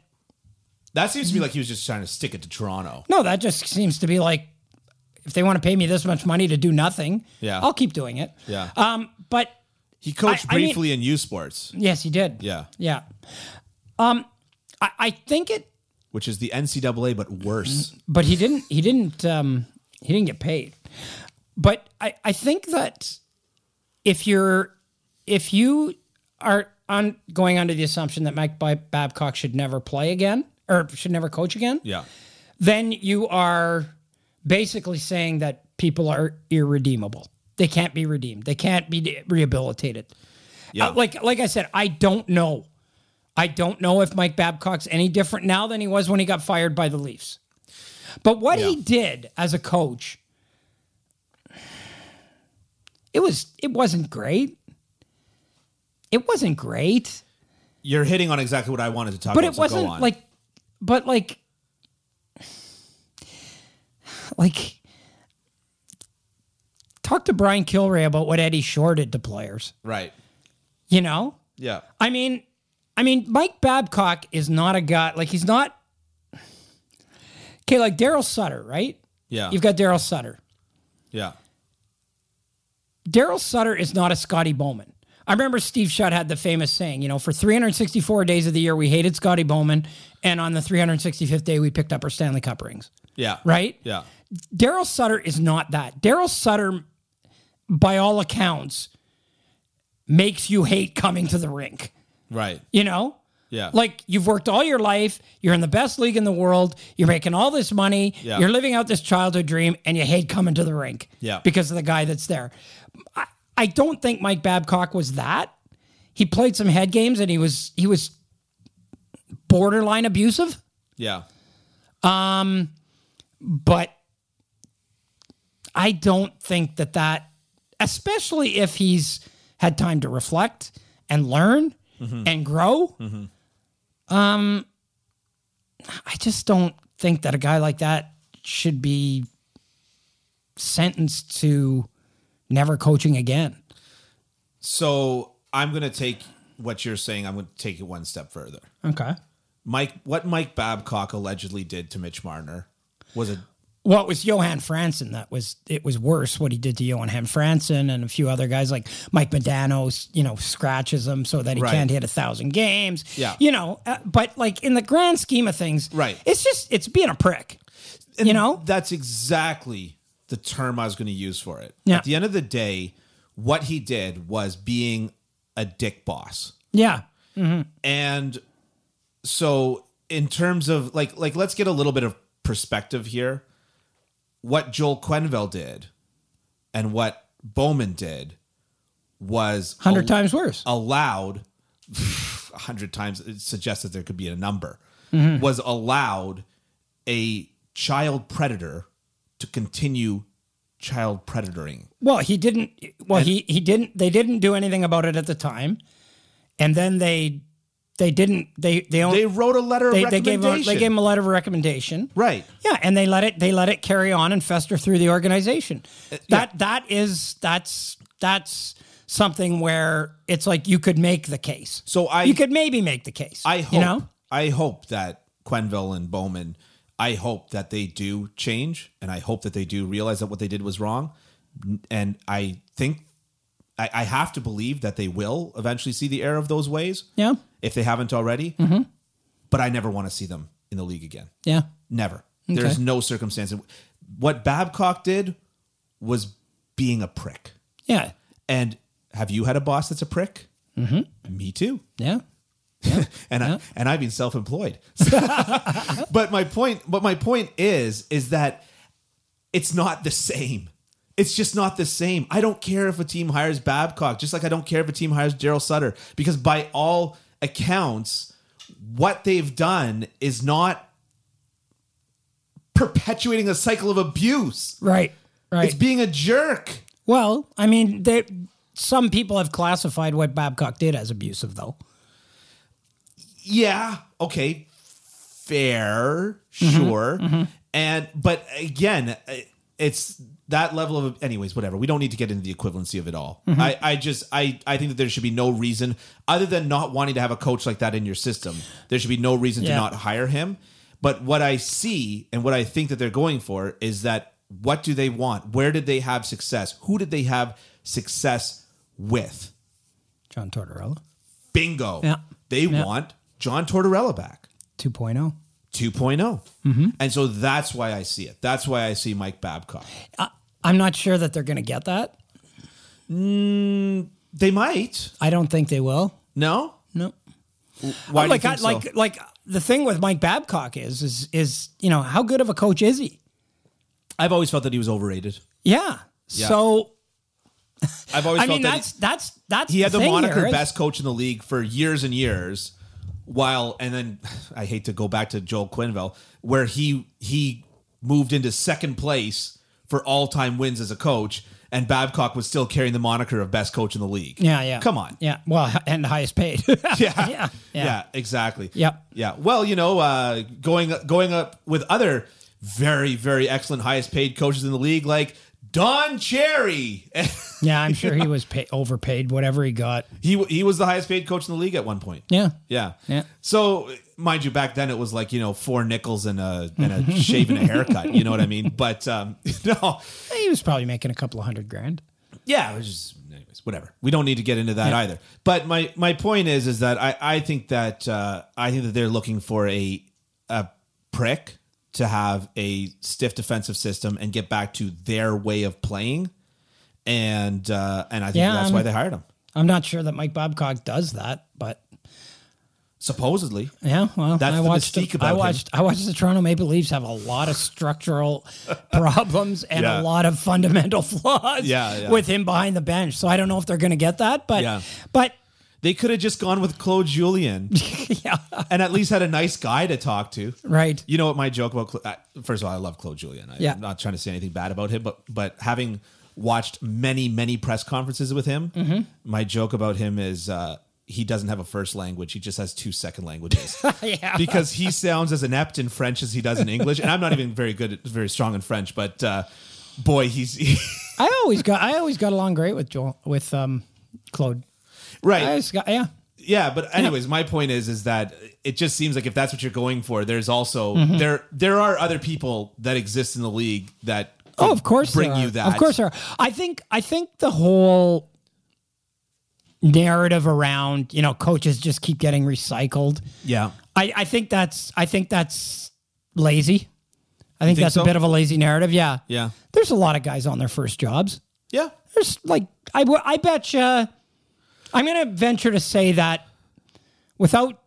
that seems to me like he was just trying to stick it to Toronto.
no, that just seems to be like if they want to pay me this much money to do nothing,
Yeah.
I'll keep doing it.
Yeah,
Um, but
he coached
I- I mean-
briefly in U Sports.
yes, he did.
Yeah,
Yeah. Um, I, I think it,
which is the NCAA but worse.
but he didn't. He didn't. Um, he didn't get paid. But I, I think that if you're, if you are on going under the assumption that Mike Bi- Babcock should never play again or should never coach again,
Yeah,
then you are basically saying that people are irredeemable. They can't be redeemed. They can't be de- rehabilitated.
yeah.
Uh, like like I said, I don't know. I don't know if Mike Babcock's any different now than he was when he got fired by the Leafs. But what he
Yeah.
did as a coach it was it wasn't great. It wasn't great
you're hitting on exactly what I wanted to talk
but
about.
it
so go
wasn't
on.
like but like like talk to brian kilray about what eddie shore did to players
right.
you know
Yeah,
i mean i mean mike babcock is not a guy like he's not okay like daryl sutter right
yeah,
you've got daryl sutter
yeah,
Daryl Sutter is not a Scotty Bowman. I remember Steve Shutt had the famous saying, you know, for 364 days of the year, we hated Scotty Bowman. And on the 365th day, we picked up our Stanley Cup rings,
yeah.
right?
Yeah,
Daryl Sutter is not that. Daryl Sutter, by all accounts, makes you hate coming to the rink,
right.
you know?
Yeah,
Like you've worked all your life, you're in the best league in the world, you're making all this money,
Yeah.
you're living out this childhood dream, and you hate coming to the rink
Yeah.
because of the guy that's there. I, I don't think Mike Babcock was that. He played some head games and he was he was borderline abusive,
yeah,
but I don't think that that, especially if he's had time to reflect and learn and grow. Um, I just don't think that a guy like that should be sentenced to never coaching again.
So I'm going to take what you're saying. I'm going to take it one step further.
Okay.
Mike, what Mike Babcock allegedly did to Mitch Marner was a
Well, it was Johan Franson that was it was worse what he did to Johan Franson and a few other guys like Mike Medano, s- you know, scratches him so that he
Right.
can't hit a thousand games.
Yeah.
you know, uh, but like in the grand scheme of things,
Right.
It's just it's being a prick. you know,
that's exactly the term I was going to use for it.
Yeah.
At the end of the day, what he did was being a dick boss.
yeah,
And so in terms of like like let's get a little bit of perspective here. What Joel Quenville did and what Bowman did was
hundred
al-
times worse.
allowed (laughs) a hundred times it suggests that there could be a number
Mm-hmm.
was allowed a child predator to continue child predatoring
Well, he didn't. Well, he he didn't. They didn't do anything about it at the time, and then they they didn't. They they
they
only
wrote a letter
they,
of
they gave
recommendation
him, they gave him a letter of recommendation.
right
Yeah, and they let it they let it carry on and fester through the organization.
Uh,
That that is that's that's something where it's like you could make the case.
so i
you could maybe make the case.
i hope
you know
i hope that quenville and bowman i hope that they do change and i hope that they do realize that what they did was wrong and i think i, I have to believe that they will eventually see the error of those ways
yeah
if they haven't already. But I never want to see them in the league again.
yeah
Never. There's no circumstance. What Babcock did was being a prick.
yeah
And have you had a boss that's a prick? Mm-hmm. Me too.
yeah
And I and I've been self-employed. (laughs) but my point, but my point is, is that it's not the same. It's just not the same. I don't care if a team hires Babcock, just like I don't care if a team hires Daryl Sutter, because by all accounts, what they've done is not perpetuating a cycle of abuse.
right right.
It's being a jerk.
well, I mean, they, some people have classified what Babcock did as abusive, though.
yeah okay fair
Mm-hmm,
sure and but again i- it's that level of anyways whatever we don't need to get into the equivalency of it all
Mm-hmm.
I, I just I, I think that there should be no reason other than not wanting to have a coach like that in your system there should be no reason to
Yeah.
not hire him but what i see and what i think that they're going for is that what do they want where did they have success who did they have success with
John Tortorella,
bingo
Yeah.
they want john tortorella back
2.0.
2.0. oh.
Mm-hmm.
And so that's why I see it. That's why I see Mike Babcock.
I'm not sure that they're going to get that.
They might.
I don't think they will.
No?
No.
Why
like
do you
I,
think so?
like like the thing with Mike Babcock is is is you know how good of a coach is he?
I've always felt that he was overrated.
Yeah. So
I've always
I
felt
mean
that
that's that's that's
he, he had the,
thing
moniker
here, is-
best coach in the league for years and years. While and then (sighs) I hate to go back to Joel Quinville, where he he moved into second place for all time wins as a coach, and Babcock was still carrying the moniker of best coach in the league.
Yeah, yeah.
Come on.
Yeah. Well, and highest paid. (laughs)
(laughs) yeah,
Yeah,
yeah,
yeah.
exactly.
Yep.
yeah. Well, you know, uh, going going up with other very very excellent highest paid coaches in the league, like Don Cherry. (laughs)
yeah, I'm sure he was pay- overpaid whatever he got.
he he was the highest paid coach in the league at one point.
Yeah.
Yeah.
Yeah.
So, mind you, back then it was like you know four nickels and a and
(laughs)
a shave and a haircut. You know what I mean? But um, (laughs) no,
He was probably making a couple of hundred grand.
yeah, it was just anyways, whatever. We don't need to get into that either. But my my point is is that I I think that uh, I think that they're looking for a a prick to have a stiff defensive system and get back to their way of playing, and uh, and I think
Yeah,
that's
I'm-
why they hired him.
I'm not sure that Mike Babcock does that, but
Supposedly,
yeah, well,
That's
I
the
watched
mystique
the,
about
I
him.
watched I watched the Toronto Maple Leafs have a lot
(laughs)
of structural problems and
Yeah.
a lot of fundamental (laughs) flaws
Yeah, yeah.
with him behind the bench. So I don't know if they're going to get that, but
Yeah.
but
they could have just gone with Claude Julien
(laughs) yeah,
and at least had a nice guy to talk to.
right.
You know what my joke about? Cla- I- First of all, I love Claude Julien. I,
Yeah.
I'm not trying to say anything bad about him, but but
Mm-hmm.
having watched many many press conferences with him, my joke about him is uh, he doesn't have a first language. He just has two second languages
(laughs)
(laughs)
Yeah.
because he sounds as inept in French as he does in English. And I'm not even very good, at, very strong in French, but uh, boy, he's (laughs)
I always got I always got along great with Joel with um Claude.
right.
I just got yeah.
Yeah, but anyways, my point is is that it just seems like if that's what you're going for, there's also
Mm-hmm.
there there are other people that exist in the league that
Oh,
could
of course,
bring
there are.
you that
Of course, there are. I think I think the whole narrative around you know coaches just keep getting recycled.
yeah
I, I think that's I think that's lazy. I think,
think
that's
so?
a bit of a lazy narrative. Yeah.
Yeah.
There's a lot of guys on their first jobs.
yeah
There's like I w- I bet you. I'm gonna venture to say that without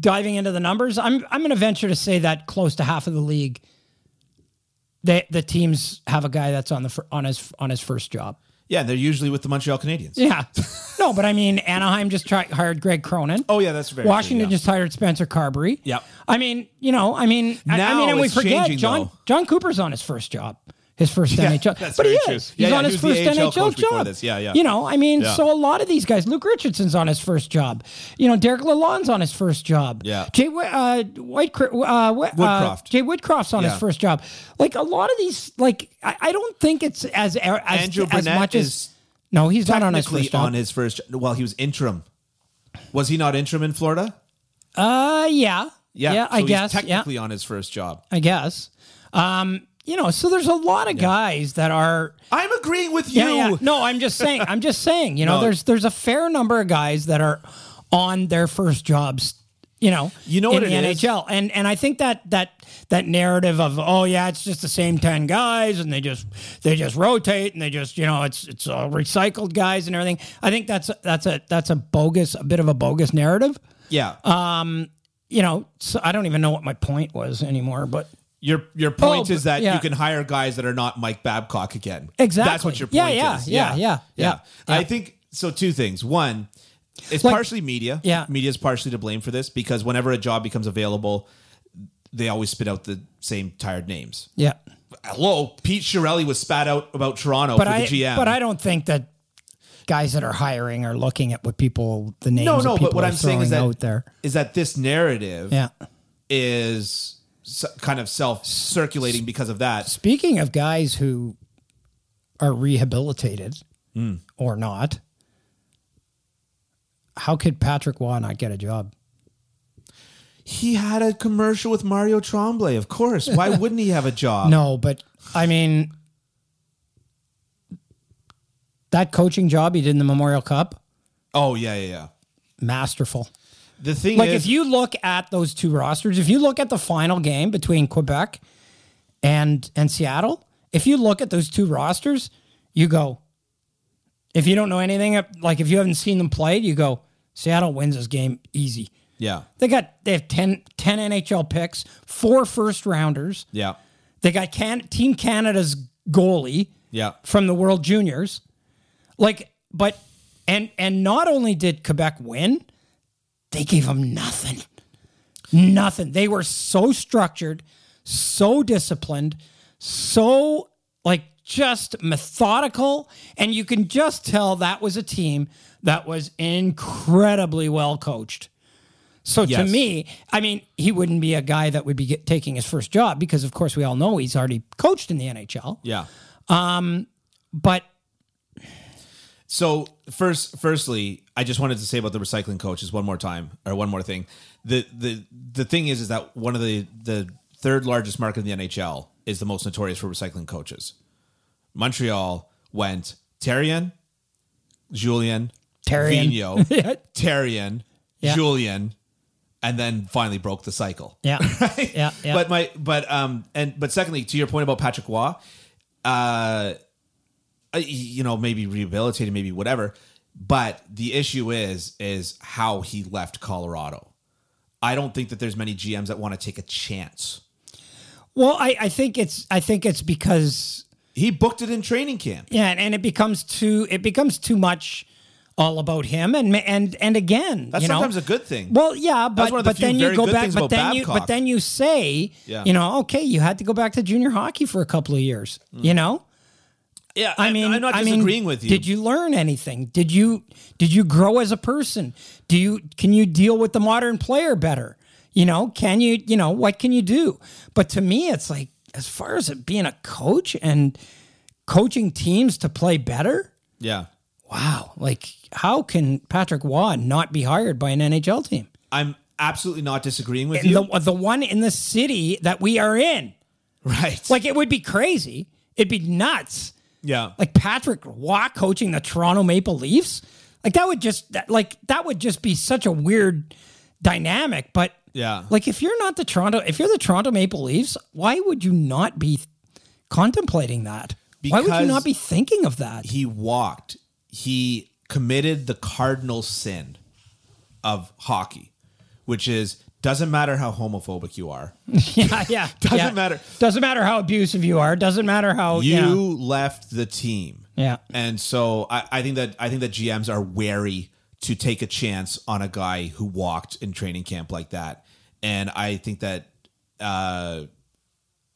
diving into the numbers, I'm I'm gonna venture to say that close to half of the league, the the teams have a guy that's on the fir- on his on his first job.
yeah they're usually with the Montreal Canadiens.
Yeah. no, but I mean Anaheim just tried, hired Greg Cronin.
Oh yeah, that's very
Washington
true, yeah.
just hired Spencer Carberry.
Yep.
I mean, you know, I mean, I- I
Now
mean, and we
it's
forget
changing,
John
though.
John Cooper's on his first job, his first NHL.
that's
but he
very true.
is.
Yeah,
He's
yeah,
on
he
his
was
first
the AHL
NHL
coach before
job.
this. Yeah, yeah.
You know, I mean,
Yeah.
so a lot of these guys. Luke Richardson's on his first job. You know, Derek Lalonde's on his first job.
Yeah.
Jay Wi- uh, White uh, Wi- uh,
Woodcroft.
Jay Woodcroft's on
Yeah.
his first job. Like a lot of these. Like I, I don't think it's as as,
Andrew
as
Burnett
much
is
as. No, he's not on his
Technically
first job.
on his first well he was interim. Was he not interim in Florida?
uh, yeah.
Yeah,
yeah, I
so he's
guess. yeah.
technically on his first job.
I guess. Um, you know, so there's a lot of guys that are.
I'm agreeing with you.
Yeah, yeah. No, I'm just saying. I'm
(laughs)
just saying. You know,
No.
there's there's a fair number of guys that are on their first jobs. You know,
You know
in
what
the
it is?
NHL, and and I think that that that narrative of oh yeah, it's just the same ten guys, and they just they just rotate, and they just you know it's it's all recycled guys and everything. I think that's that's a that's a bogus, a bit of a bogus narrative.
Yeah.
You know, so I don't even know what my point was anymore, but
Your your point
Oh,
is that
yeah.
you can hire guys that are not Mike Babcock again.
Exactly.
That's what your
Yeah,
point
yeah,
is.
yeah, yeah, yeah,
I think so. Two things. One, it's
Like-
partially media.
Yeah.
media is partially to blame for this because whenever a job becomes available, they always spit out the same tired names.
yeah.
Hello, Pete Shirelli was spat out about Toronto
but
for
I,
the GM.
But I don't think that guys that are hiring are looking at what people the names.
no, no.
Of people
But what
are
I'm saying is
throwing
that
out there.
is that this narrative
Yeah.
is s- kind of self circulating because of that.
Speaking of guys who are rehabilitated
Hmm.
or not, how could Patrick Waugh not get a job?
He had a commercial with Mario Tremblay, of course.
(laughs)
Why wouldn't he have a job?
No, but I mean that coaching job he did in the Memorial Cup,
Oh yeah, yeah, yeah.
masterful.
The thing
Like
is,
if you look at those two rosters, if you look at the final game between Quebec and and Seattle, if you look at those two rosters, you go. If you don't know anything, like if you haven't seen them played, you go. Seattle wins this game easy.
yeah,
They got they have 10, 10 NHL picks, four first rounders.
yeah,
They got Can- Team Canada's goalie
yeah,
from the World Juniors. Like, but and and not only did Quebec win, they gave them nothing. Nothing. They were so structured, so disciplined, so like just methodical. And you can just tell that was a team that was incredibly well coached. So
Yes.
to me, I mean, he wouldn't be a guy that would be get, taking his first job because, of course, we all know he's already coached in the NHL.
yeah.
But
So first, firstly, I just wanted to say about the recycling coaches one more time, or one more thing. The the the thing is, is that one of the the third largest market in the NHL is the most notorious for recycling coaches. Montreal went Terrien, Julian,
Terrien.
Vigneault,
(laughs) Yeah.
Terrien,
Yeah.
Julian, and then finally broke the cycle. (laughs)
Yeah. Yeah. Yeah.
But my but um and but secondly, to your point about Patrick Waugh, uh, uh, you know maybe rehabilitated, maybe whatever. But the issue is is how he left Colorado. I don't think that there's many GMs that want to take a chance.
well, I, I think it's I think it's because
He booked it in training camp.
yeah, and, and it becomes too it becomes too much all about him and and and again
That's
you know,
sometimes a good thing.
Well, yeah, but
one of the
but
few
then you
very
go
good
back,
things
but
about
then you
Babcock.
but then you say,
Yeah. Hmm.
you know, okay, you had to go back to junior hockey for a couple of years, you know.
Yeah,
I
I'm-
mean,
I'm not
I mean,
disagreeing with you.
Did you learn anything? Did you did you grow as a person? Do you can you deal with the modern player better? You know, can you you know what can you do? But to me, it's like as far as it being a coach and coaching teams to play better.
Yeah.
Wow, like how can Patrick Waugh not be hired by an NHL team?
I'm absolutely not disagreeing with
And
you.
the the one in the city that we are in,
(laughs) right.
like it would be crazy. It'd be nuts.
yeah.
like Patrick Waugh coaching the Toronto Maple Leafs. Like that would just that, like that would just be such a weird dynamic. But
Yeah.
like if you're not the Toronto, if you're the Toronto Maple Leafs, why would you not be contemplating that? why would
Because-
you not be thinking of
(laughs)
that?
he walked. He committed the cardinal sin of hockey, which is doesn't matter how homophobic you are.
yeah, (laughs) yeah.
Doesn't
yeah.
matter.
Doesn't matter how abusive you are. Doesn't matter how
You
yeah.
left the team.
Yeah.
And so I, I think that I think that GMs are wary to take a chance on a guy who walked in training camp like that. And I think that uh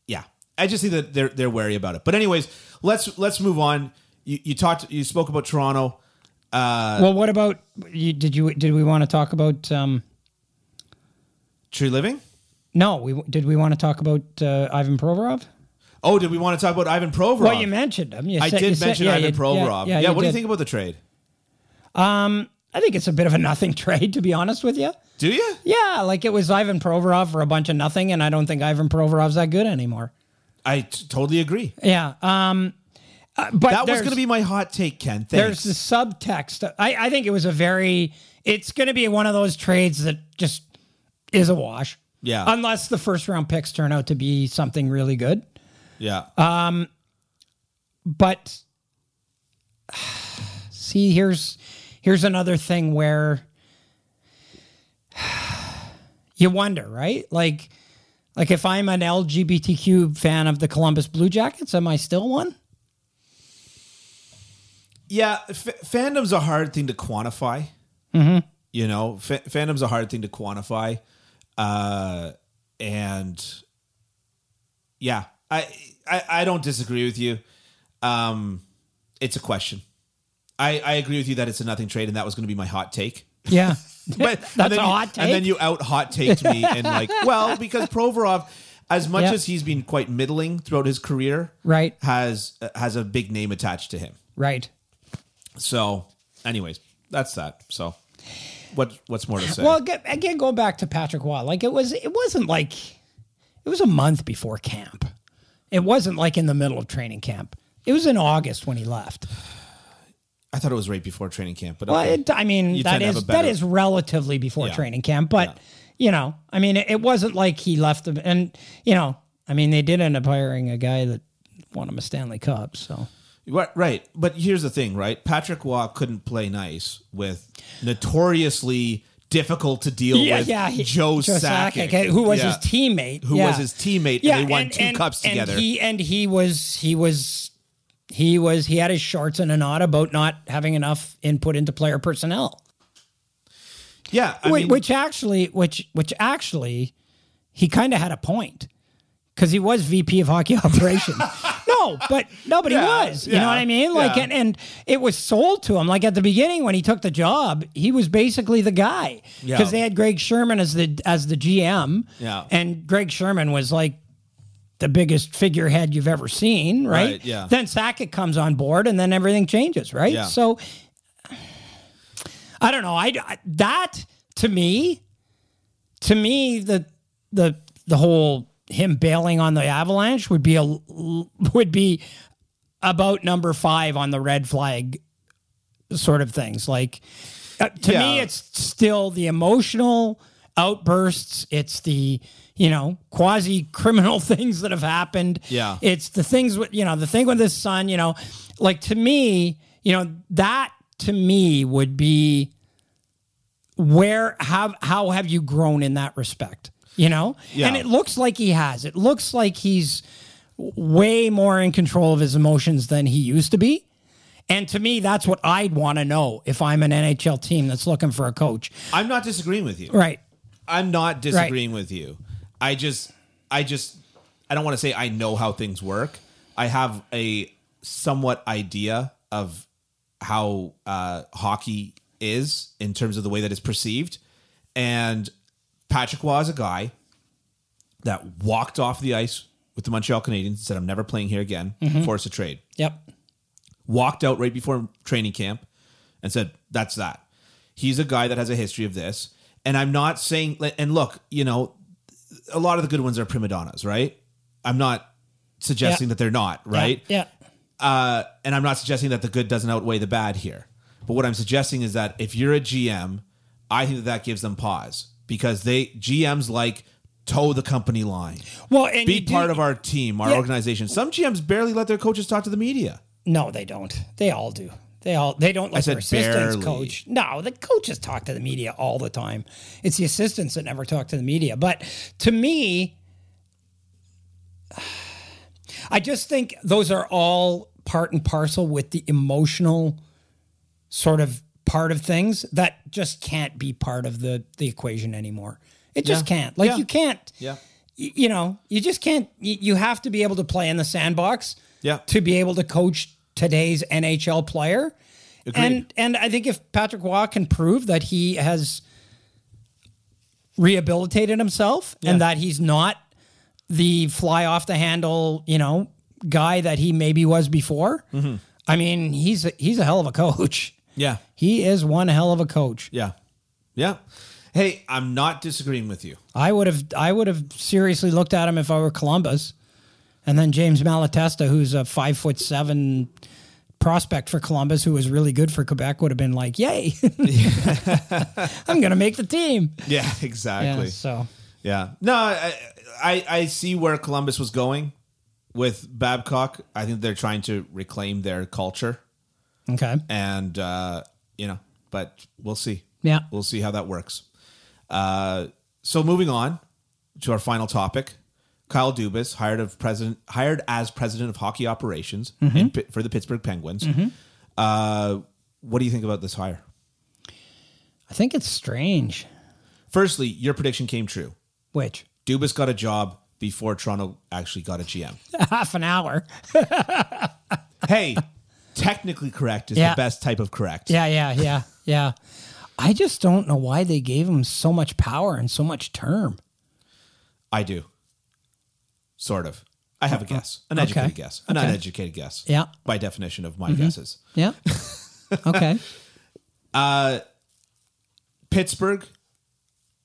yeah. I just think that they're they're wary about it. But anyways, let's let's move on. You, you talked you spoke about Toronto. uh,
well, what about you, did you did we want to talk about? um
Tree living?
No, we did we want to talk about uh, Ivan Provorov?
Oh, did we want to talk about Ivan Provorov?
Well, you mentioned him. You
I
said- you
did
said-
mention
yeah,
Ivan
you-
Provorov. Yeah,
you
what do you
did.
think about the trade?
I think it's a bit of a nothing (laughs) trade, to be honest with you.
Do you?
Yeah, like it was Ivan Provorov for a bunch of nothing, and I don't think Ivan Provorov's that good anymore.
I t- totally agree.
Yeah. Um, uh, but
That was
there's-
going to be my hot take, Ken. Thanks.
There's the subtext. I, I think it was a very. It's going to be one of those trades that just is a wash.
Yeah.
Unless the first round picks turn out to be something really good.
yeah.
uh, but see here's here's another thing where you wonder right like like if i'm an lgbtq fan of the columbus blue jackets am i still one
Yeah, f- fandom's a hard thing to quantify.
Mm-hmm.
You know, fa- fandom's a hard thing to quantify, uh, and yeah, I, I I don't disagree with you. Um, it's a question. I I agree with you that it's a nothing trade, and that was going to be my hot take.
yeah
(laughs) But
That's
and then
a
you-
hot
And then
take?
you out hot taked me
(laughs)
and like, well, because Provorov, as much
Yeah.
as he's been quite middling throughout his career,
Right.
has uh, has a big name attached to him.
right
So, anyways, that's that. So, what what's more to say?
well ag- again going back to patrick watt like it was it wasn't like it was a month before camp it wasn't like in the middle of training camp it was in august when he left
I thought it was right before training camp, but
Well,
okay.
it, I mean,
You tend
that
to have a
is
better-
that is relatively before
Yeah.
training camp, but you know, I mean, it, it wasn't like he left them, and you know, I mean, they did end up hiring a guy that won him a Stanley Cup, so
Right- right. But here's the thing, right? Patrick Waugh couldn't play nice with notoriously difficult to deal with
he-
Joe, Sakic,
okay, who was
Yeah.
his teammate,
who
yeah.
was his teammate, and they won two cups
and
together.
he and he was he was he was he had his shorts in a knot about not having enough input into player personnel.
yeah, I
Wait,
mean,
which actually, which which actually, he kind of had a point because he was VP of hockey (laughs) operations. no, but no, but
Yeah,
he was. You
yeah,
know what I mean? Like,
yeah.
and, and it was sold to him. Like at the beginning when he took the job, he was basically the guy
Yeah.
because they had Greg Sherman as the as the GM.
Yeah.
and Greg Sherman was like. The biggest figurehead you've ever seen, right?
Right, yeah.
Then Sackett comes on board, and then everything changes, right?
Yeah.
So I don't know. I, I- that to me, to me the the the whole him bailing on the Avalanche would be a would be about number five on the red flag sort of things. Like uh, to me,
Yeah.
it's still the emotional outbursts. It's the you know quasi criminal (laughs) things that have happened.
Yeah.
it's the things with you know the thing with his son. You know, like to me, you know that to me would be where have how have you grown in that respect you know
Yeah.
and it looks like he has it looks like he's way more in control of his emotions than he used to be and to me that's what i'd want to know if i'm an nhl team that's looking for a coach
I'm not disagreeing with you.
right
I'm not disagreeing with you. I just, I just, I don't want to say I know how things work. I have a somewhat idea of how uh, hockey is in terms of the way that it's perceived. And Patrick Waugh is a guy that walked off the ice with the Montreal Canadiens and said, I'm never playing here again, forced a trade
Yep.
walked out right before training camp and said, "That's that." He's a guy that has a history of this, and I'm not saying. And look, you know, a lot of the good ones are prima donnas, right? I'm not suggesting
Yeah.
that they're not, right?
Yeah.
Uh, and I'm not suggesting that the good doesn't outweigh the bad here. But what I'm suggesting is that if you're a GM, I think that that gives them pause because they GMs like toe the company line,
Well, and
be
you do-
part of our team, our
Yeah.
organization. Some GMs barely let their coaches talk to the media.
No, they don't. They all do. They all they don't like
said
their assistants
barely.
coach. No, the coaches talk to the media all the time. It's the assistants that never talk to the media. But to me, I just think those are all part and parcel with the emotional sort of part of things that just can't be part of the the equation anymore. It just
Yeah.
can't. Like
Yeah.
you can't
Yeah.
y- you know, you just can't. You, you have to be able to play in the sandbox.
Yeah.
To be able to coach today's NHL player, and and I think if Patrick Waugh can prove that he has rehabilitated himself and that he's not the fly off the handle, you know, guy that he maybe was before. I mean, he's a, he's a hell of a coach.
Mm-hmm. Yeah.
He is one hell of a coach.
Yeah. Yeah. Hey, I'm not disagreeing with you.
I would have I would have seriously looked at him if I were Columbus. And then James Malatesta, who's a five foot seven prospect for Columbus, who was really good for Quebec, would have been like, Yay. (laughs) I'm gonna make the team.
(laughs) Yeah,
Yeah,
exactly. Yeah.
so
No, I, I I see where Columbus was going with Babcock. I think they're trying to reclaim their culture
okay.
and uh, you know, but we'll see.
Yeah.
We'll see how that works. Uh, so moving on to our final topic. Kyle Dubas, hired of president, hired as president of hockey operations
Mm-hmm.
in Pi for the Pittsburgh Penguins. Uh, what do you think about this hire?
I think it's strange.
Firstly, your prediction came true.
Which (laughs)
Dubas got a job before Toronto actually got a
(laughs)
GM.
half an hour.
hey, technically correct is
Yeah.
the best type of correct.
Yeah, yeah, yeah, yeah. I just don't know why they gave him so much power and so much term.
I do. Sort of. I
Uh,
have a guess, an educated guess, an uneducated guess.
Yeah. Mm-hmm.
By definition of my guesses.
Yeah. Okay.
Pittsburgh,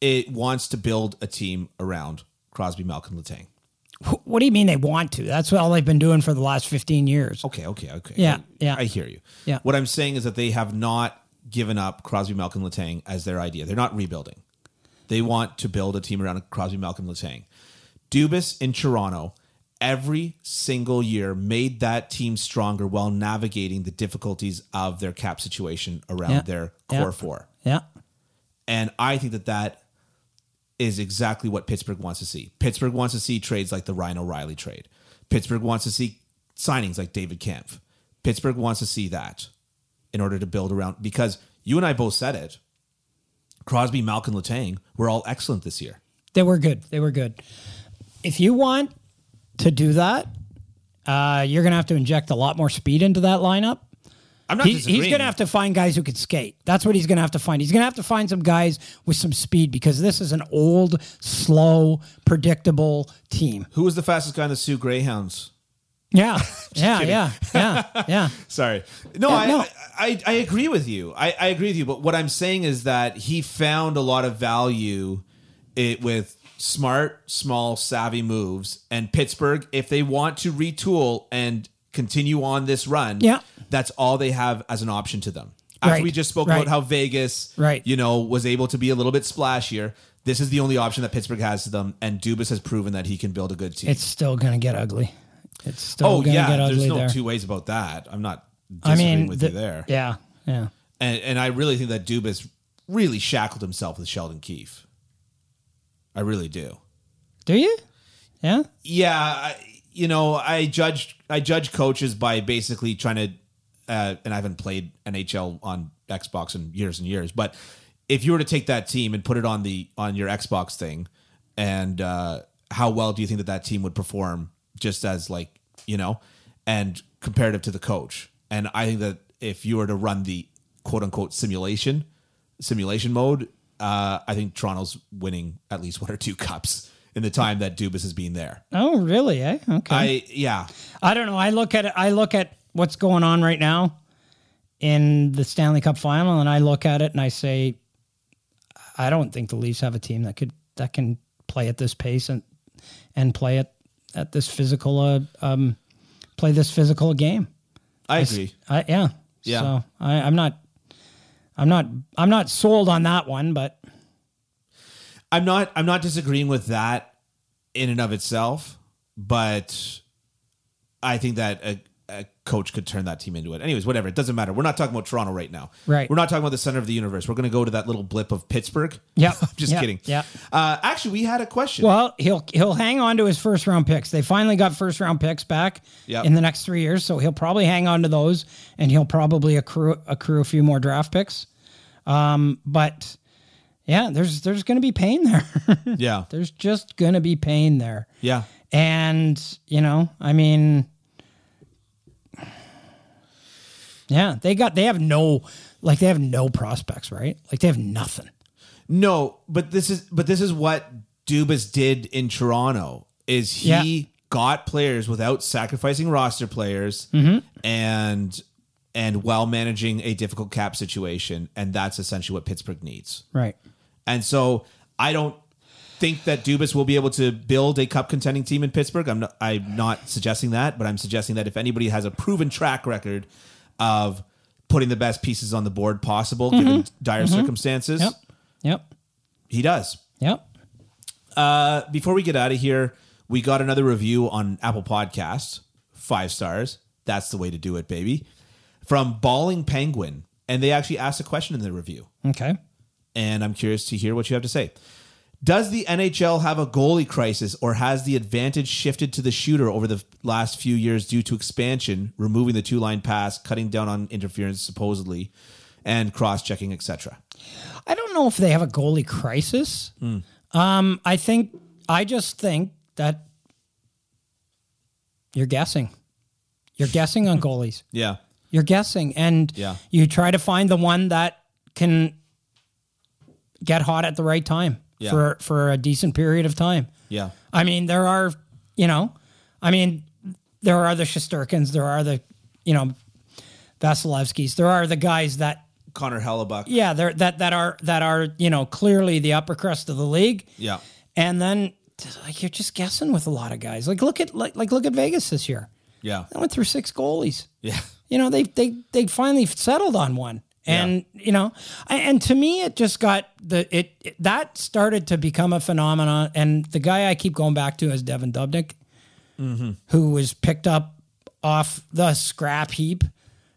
it wants to build a team around Crosby, Malcolm, Letang.
Wh- What do you mean they want to? That's all they've been doing for the last 15 years.
Okay, okay, okay.
Yeah,
I-
yeah.
I hear you.
Yeah.
What I'm saying is that they have not given up Crosby, Malcolm, Letang as their idea. They're not rebuilding. They want to build a team around Crosby, Malcolm, Letang. Dubas in Toronto every single year made that team stronger while navigating the difficulties of their cap situation around
Yeah,
their core
yeah.
four.
Yeah.
And I think that that is exactly what Pittsburgh wants to see. Pittsburgh wants to see trades like the Ryan O'Reilly trade. Pittsburgh wants to see signings like David Kampf. Pittsburgh wants to see that in order to build around because you and I both said it. Crosby, Malkin, Latang were all excellent this year.
They were good. They were good. If you want to do that, uh, you're going to have to inject a lot more speed into that lineup.
I'm not
He,
disagreeing.
he's going to have to find guys who can skate. That's what he's going to have to find. He's going to have to find some guys with some speed because this is an old, slow, predictable team.
Who was the fastest guy in the Sioux Greyhounds?
(laughs) Yeah. Yeah. Yeah. Yeah. Yeah.
Sorry. No, I,
no.
I, I I agree with you. I, I agree with you. But what I'm saying is that he found a lot of value it with smart, small, savvy moves. And Pittsburgh, if they want to retool and continue on this run,
Yeah.
that's all they have as an option to them. After
Right,
we just spoke
right.
about how Vegas,
Right.
you know, was able to be a little bit splashier. This is the only option that Pittsburgh has to them, and Dubas has proven that he can build a good team.
It's still going to get ugly. It's still
oh
going to
yeah,
get ugly
there's no
there.
two ways about that. I'm not
I
disagreeing
mean,
with
the-
you there
Yeah. Yeah.
and and I really think that Dubas really shackled himself with Sheldon Keefe. I really do.
Do you? Yeah.
Yeah, I, you know, I judge I judge coaches by basically trying to, uh, and I haven't played NHL on Xbox in years and years. But if you were to take that team and put it on the on your Xbox thing, and uh, how well do you think that that team would perform? Just as like you know, and comparative to the coach. And I think that if you were to run the quote unquote simulation simulation mode, uh, I think Toronto's winning at least one or two (laughs) cups in the time that Dubas has been there.
Oh, really? Eh? Okay. I,
I yeah.
don't know. I look at it, I look at what's going on right now in the Stanley Cup final, and I look at it and I say, I don't think the Leafs have a team that could that can play at this pace and and play it at this physical uh, um play this physical game.
I agree.
I, yeah.
Yeah.
So I, I'm not. I'm not. I'm not sold on that one, but
I'm not I'm not disagreeing with that in and of itself, but I think that a, a coach could turn that team into it. Anyways, whatever. It doesn't matter. We're not talking about Toronto right now.
Right.
We're not talking about the center of the universe. We're going to go to that little blip of Pittsburgh.
Yeah.
(laughs) I'm just
Yeah.
kidding.
Yeah.
Uh, actually, we had a question.
well, he'll he'll hang on to his first round picks. They finally got first round picks back
Yep.
in the next three years, so he'll probably hang on to those, and he'll probably accrue accrue a few more draft picks. Um, but yeah, there's there's going to be pain there. (laughs)
yeah.
there's just going to be pain there.
Yeah.
And, you know, I mean Yeah, they got they have no like they have no prospects, right? Like they have nothing.
No, but this is but this is what Dubas did in Toronto is he
Yeah.
got players without sacrificing roster players
Mm-hmm.
and and while managing a difficult cap situation and that's essentially what Pittsburgh needs.
Right.
And so I don't think that Dubas will be able to build a cup contending team in Pittsburgh. I'm not, I'm not suggesting that, but I'm suggesting that if anybody has a proven track record of putting the best pieces on the board possible given dire circumstances,
Mm-hmm. Yep. Yep.
he does.
Yep.
Uh, before we get out of here, we got another review on Apple Podcasts, five stars. That's the way to do it, baby. From Balling Penguin, and they actually asked a question in the review,
Okay.
and I'm curious to hear what you have to say. Does the NHL have a goalie crisis, or has the advantage shifted to the shooter over the last few years due to expansion, removing the two-line pass, cutting down on interference supposedly, and cross-checking, etc.?
I don't know if they have a goalie crisis.
Hmm.
Um, I think I just think that you're guessing. You're guessing
(laughs)
on goalies.
Yeah,
You're guessing, and
Yeah.
you try to find the one that can get hot at the right time
Yeah.
for for a decent period of time.
yeah,
I mean, there are, you know, I mean, there are the Shosturkins, there are the, you know, Vasilevskis, there are the guys that
Connor Hellebuck.
yeah, they're that that are that are you know clearly the upper crust of the league.
Yeah.
and then like you're just guessing with a lot of guys. Like look at like, like look at Vegas this year.
yeah,
They went through six goalies.
yeah,
You know they they they finally settled on one, and you know, I, and to me it just got the it, it that started to become a phenomenon. And the guy I keep going back to is Devin Dubnik,
Mm-hmm.
who was picked up off the scrap heap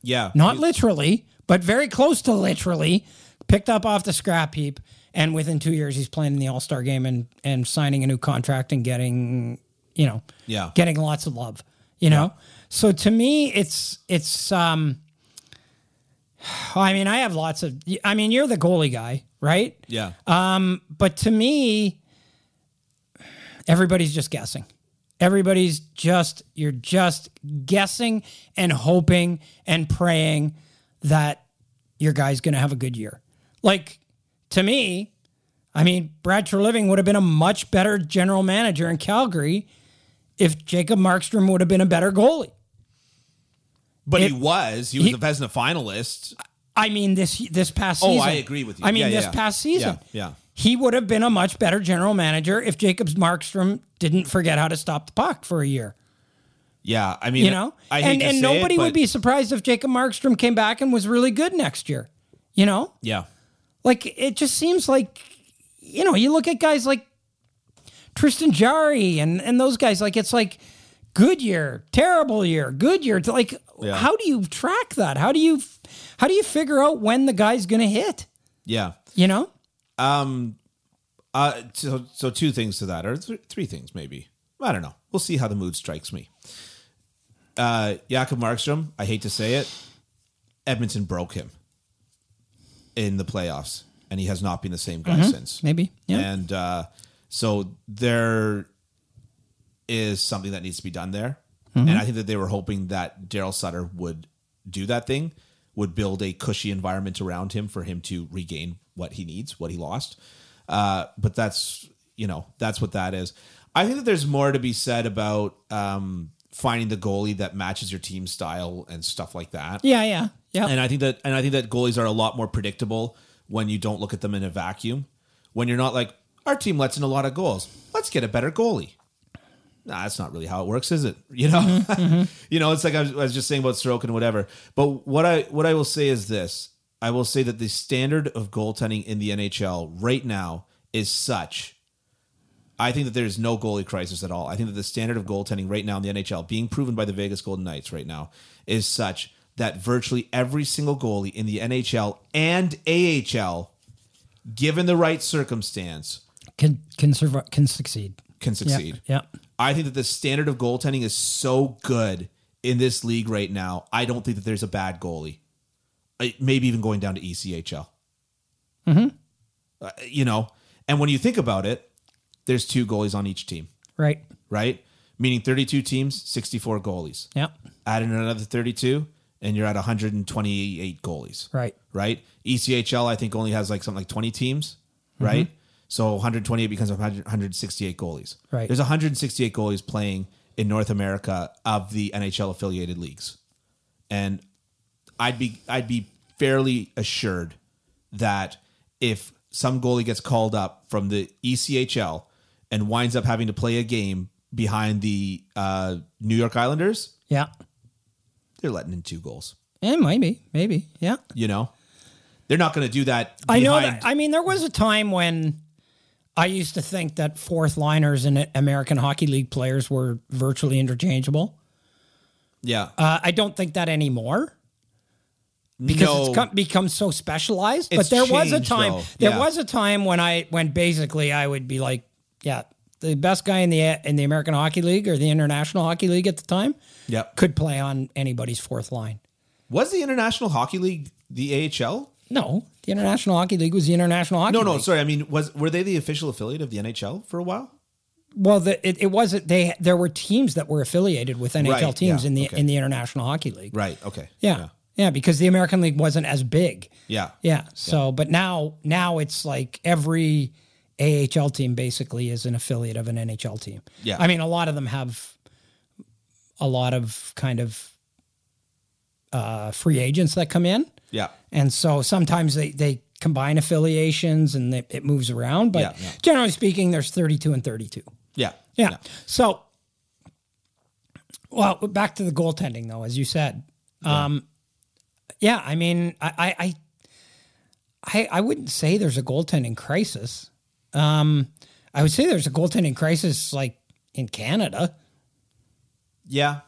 yeah.
not literally, but very close to literally, picked up off the scrap heap. And within two years, he's playing in the All Star game and and signing a new contract and getting you know
Yeah.
getting lots of love you know. So to me, it's it's um. (sighs) I mean, I have lots of. I mean, you're the goalie guy, right?
Yeah.
but to me, everybody's just guessing. Everybody's just, you're just guessing and hoping and praying that your guy's going to have a good year. Like, to me, I mean, Brad Treliving would have been a much better general manager in Calgary if Jacob Markstrom would have been a better goalie.
But
It-
he was. He was the Vesna finalist.
I mean, this this past
Oh,
season.
I agree with you.
I mean,
Yeah,
this
yeah.
past season.
Yeah, yeah.
He would have been a much better general manager if Jacobs Markstrom didn't forget how to stop the puck for a year.
Yeah, I mean,
You know,
I hate
and
to
and
say
nobody
it,
would
but-
be surprised if Jacob Markstrom came back and was really good next year. You know,
Yeah,
like it just seems like, you know, you look at guys like Tristan Jari and and those guys. Like it's like good year, terrible year, good year. Like
Yeah.
how do you track that? How do you how do you figure out when the guy's going to hit?
yeah.
You know.
Uh, so, so two things to that, or th- three things maybe. I don't know. We'll see how the mood strikes me. Uh, Jakob Markstrom. I hate to say it, Edmonton broke him in the playoffs, and he has not been the same guy
Mm-hmm.
since.
Maybe. Yeah.
And uh, so there is something that needs to be done there. And I think that they were hoping that Daryl Sutter would do that thing, would build a cushy environment around him for him to regain what he needs, what he lost. Uh, but that's, you know, that's what that is. I think that there's more to be said about um, finding the goalie that matches your team style and stuff like that.
Yeah, yeah, yeah.
And I think that and I think that goalies are a lot more predictable when you don't look at them in a vacuum. When you're not like, our team lets in a lot of goals. Let's get a better goalie. Nah, that's not really how it works, is it? (laughs) You know, (laughs) you know, it's like I was, I was just saying about Sorokin and whatever. But what I what I will say is this: I will say that the standard of goaltending in the NHL right now is such I think that there is no goalie crisis at all. I think that the standard of goaltending right now in the NHL, being proven by the Vegas Golden Knights right now, is such that virtually every single goalie in the NHL and AHL, given the right circumstance,
Can can survive, can succeed.
can
Yeah,
succeed.
yeah.
I think that the standard of goaltending is so good in this league right now. I don't think that there's a bad goalie. I- Maybe even going down to E ECHL. Uh, you know, and when you think about it, there's two goalies on each team
Right.
right? Meaning 32 teams, 64 goalies.
Yeah.
Add in another 32, and you're at 128 goalies,
Right.
Right? E ECHL, I think, only has like something like 20 teams,
Mm-hmm.
right? So 128 becomes 100 168 goalies.
Right.
There's 168 goalies playing in North America of the NHL affiliated leagues, and I'd be I'd be fairly assured that if some goalie gets called up from the E ECHL and winds up having to play a game behind the uh, New York Islanders,
Yeah.
they're letting in two goals.
And Eh, maybe, maybe. Yeah.
You know, they're not going to do that.
I know
behind-
that. I mean, there was a time when I used to think that fourth liners and American Hockey League players were virtually interchangeable.
yeah,
Uh, I don't think that anymore because it's come, become so specialized.
It's
but there was a
changed,
time.
though.
There
Yeah.
was a time when I when basically I would be like, yeah, the best guy in the in the American Hockey League or the International Hockey League at the time
Yep.
could play on anybody's fourth line.
Was the International Hockey League the AHL?
No, the International Hockey League was the International Hockey
No,
League.
no, sorry. I mean, was were they the official affiliate of the NHL for a while?
Well, the, it, it wasn't. They there were teams that were affiliated with NHL
Right,
teams
yeah,
in the
okay.
in the International Hockey League.
Right. Okay.
Yeah, yeah, because the American League wasn't as big.
Yeah.
Yeah. So, but now now it's like every AHL team basically is an affiliate of an NHL team.
Yeah.
I mean, a lot of them have a lot of kind of uh, free agents that come in.
Yeah.
And so sometimes they, they combine affiliations and they, it moves around. But
Yeah, yeah.
generally speaking, there's 32 and 32.
Yeah.
Yeah. So, well, back to the goaltending though, as you said. Um, yeah, I mean, I, I, I, I, I wouldn't say there's a goaltending crisis. Um, I would say there's a goaltending crisis like in Canada.
Yeah.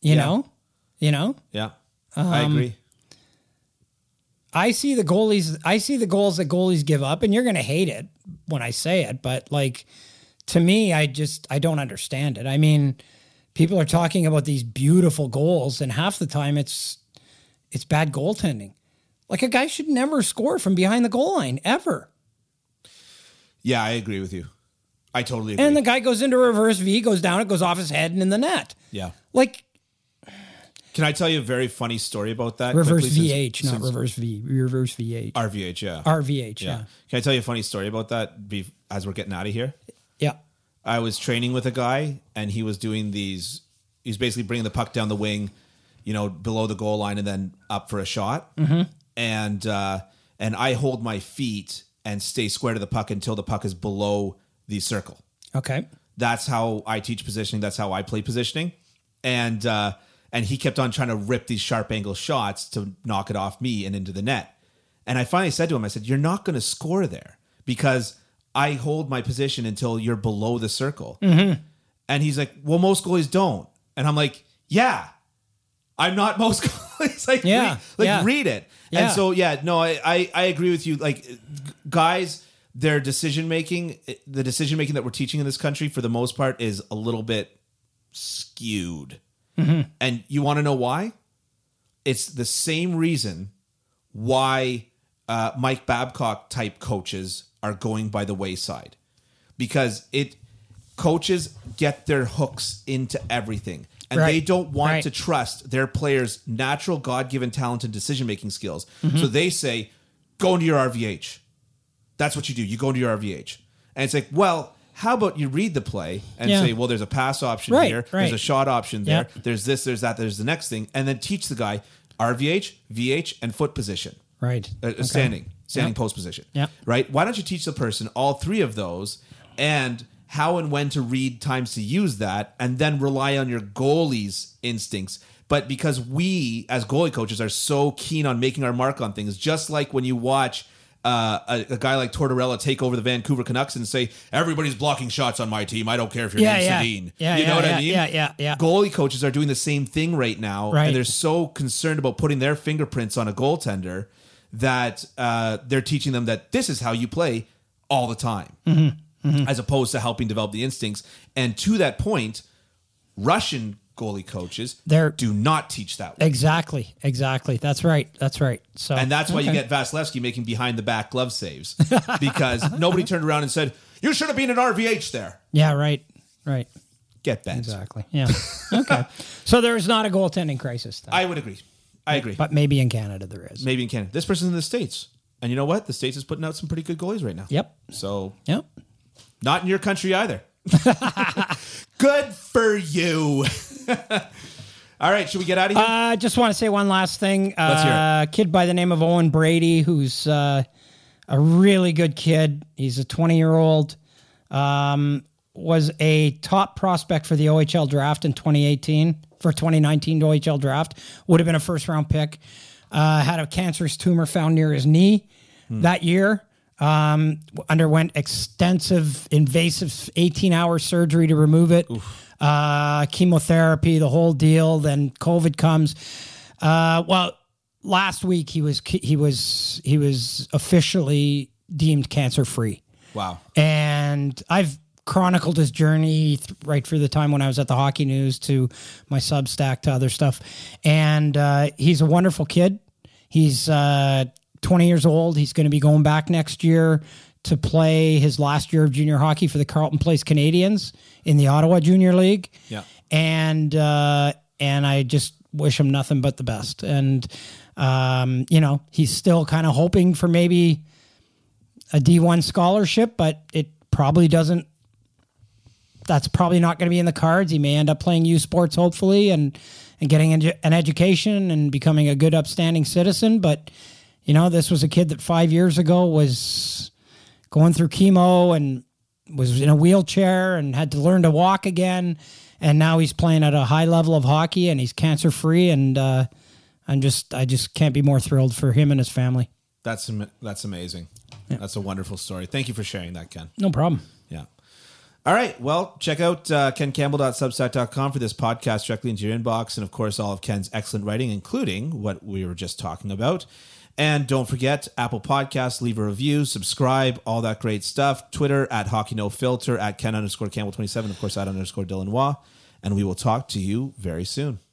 You
Yeah.
know, you know.
Yeah. I
Um,
agree.
I see the goalies. I see the goals that goalies give up, and you're going to hate it when I say it. But like, to me, I just I don't understand it. I mean, people are talking about these beautiful goals, and half the time it's it's bad goaltending. Like a guy should never score from behind the goal line ever.
Yeah, I agree with you. I totally agree.
And the guy goes into reverse V, goes down, it goes off his head and in the net.
yeah.
Like
Can I tell you a very funny story about that?
reverse
quickly,
VH,
since-
not reverse V, reverse VH,
RVH, yeah.
RVH. Yeah,
yeah. Can I tell you a funny story about that be- as we're getting out of here?
yeah.
I was training with a guy and he was doing these he was basically bringing the puck down the wing, you know, below the goal line and then up for a shot. And uh and I hold my feet and stay square to the puck until the puck is below the circle.
Okay.
that's how I teach positioning. That's how I play positioning. And uh, and he kept on trying to rip these sharp angle shots to knock it off me and into the net. And I finally said to him, I said, "You're not going to score there because I hold my position until you're below the circle."
Mm-hmm.
And he's like, "Well, most goalies don't." And I'm like, "Yeah, I'm not (laughs) most goalies. like,
Yeah,
read, like
yeah.
read it."
Yeah.
And so, yeah, no, I, I I agree with you. Like, g- guys, their decision making, the decision making that we're teaching in this country, for the most part, is a little bit skewed.
Mm-hmm.
And you want to know why? It's the same reason why uh, Mike Babcock type coaches are going by the wayside because it coaches get their hooks into everything and and
Right.
they don't want
Right.
to trust their players' natural God-given talent and decision-making skills.
Mm-hmm.
So they say, "Go into your RVH." That's what you do. You go into your RVH, and it's like, well, how about you read the play and
Yeah.
say, well, there's a pass option
Right,
here,
right.
there's a shot option there,
Yep.
there's this, there's that, there's the next thing, and then teach the guy RVH, VH, and foot position.
Right.
Uh,
Okay.
Standing, standing
Yep.
post position.
Yep.
Right? Why don't you teach the person all three of those and how and when to read, times to use that, and then rely on your goalie's instincts? But because we, as goalie coaches, are so keen on making our mark on things, just like when you watch uh, a, a guy like Tortorella take over the Vancouver Canucks and say, "Everybody's blocking shots on my team. I don't care if you're
Yeah,
name's
yeah.
Sedin."
Yeah,
you know
yeah,
what I
yeah,
mean?
yeah, yeah, yeah.
Goalie coaches are doing the same thing right now,
Right.
and they're so concerned about putting their fingerprints on a goaltender that uh, they're teaching them that this is how you play all the time,
Mm-hmm.
as opposed to helping develop the instincts. And to that point, Russian goalie coaches
They're-
do not teach that. way.
Exactly. Exactly. That's right. That's right. So
And that's why you
Okay.
get Vasilevsky making behind the back glove
(laughs)
saves because nobody turned around and said, You should have been an RVH there.
Yeah. Right. Right.
Get bent.
Exactly. Yeah. okay. So there is not a goaltending crisis, though.
I would agree. I agree.
but maybe in Canada there is.
Maybe in Canada. This person's in the States. And you know what? The States is putting out some pretty good goalies right now.
Yep.
So,
Yep.
not in your country either. (laughs) good for you. (laughs) All right. Should we get out of here?
I Uh, just want to say one last thing.
Let's hear it.
Uh, kid by the name of Owen Brady, who's uh, a really good kid. He's a 20 year old. Um, was a top prospect for the OHL draft in 2018 for 2019 OHL draft. Would have been a first round pick. Uh, had a cancerous tumor found near his knee
Hmm.
that year. Um, underwent extensive invasive 18 hour surgery to remove it. Uh, chemotherapy, the whole deal. Then COVID comes. Uh, well, last week he was he was he was officially deemed cancer free
wow.
and I've chronicled his journey th- right through the time when I was at the Hockey News to my Substack to other stuff. And uh, he's a wonderful kid. He's uh, 20 years old. He's going to be going back next year to play his last year of junior hockey for the Carlton Place Canadians in the Ottawa Junior League.
Yeah.
And uh, and I just wish him nothing but the best. And um, you know, he's still kind of hoping for maybe a D1 scholarship, but it probably doesn't. That's probably not going to be in the cards. He may end up playing U Sports, hopefully, and and getting an edu- an education and becoming a good, upstanding citizen. But you know, this was a kid that five years ago was going through chemo and was in a wheelchair and had to learn to walk again, and now he's playing at a high level of hockey and he's cancer free. And uh, I'm just, I just can't be more thrilled for him and his family.
That's am- that's amazing. That's a wonderful story. Thank you for sharing that, Ken.
No problem.
Yeah. All right. Well, check out uh, kencampbell.substack.com for this podcast directly into your inbox. And of course, all of Ken's excellent writing, including what we were just talking about. And don't forget Apple Podcasts, leave a review, subscribe, all that great stuff. Twitter at hockey no filter, at Ken underscore Campbell 27, of course, at underscore Dylan Waugh. And we will talk to you very soon.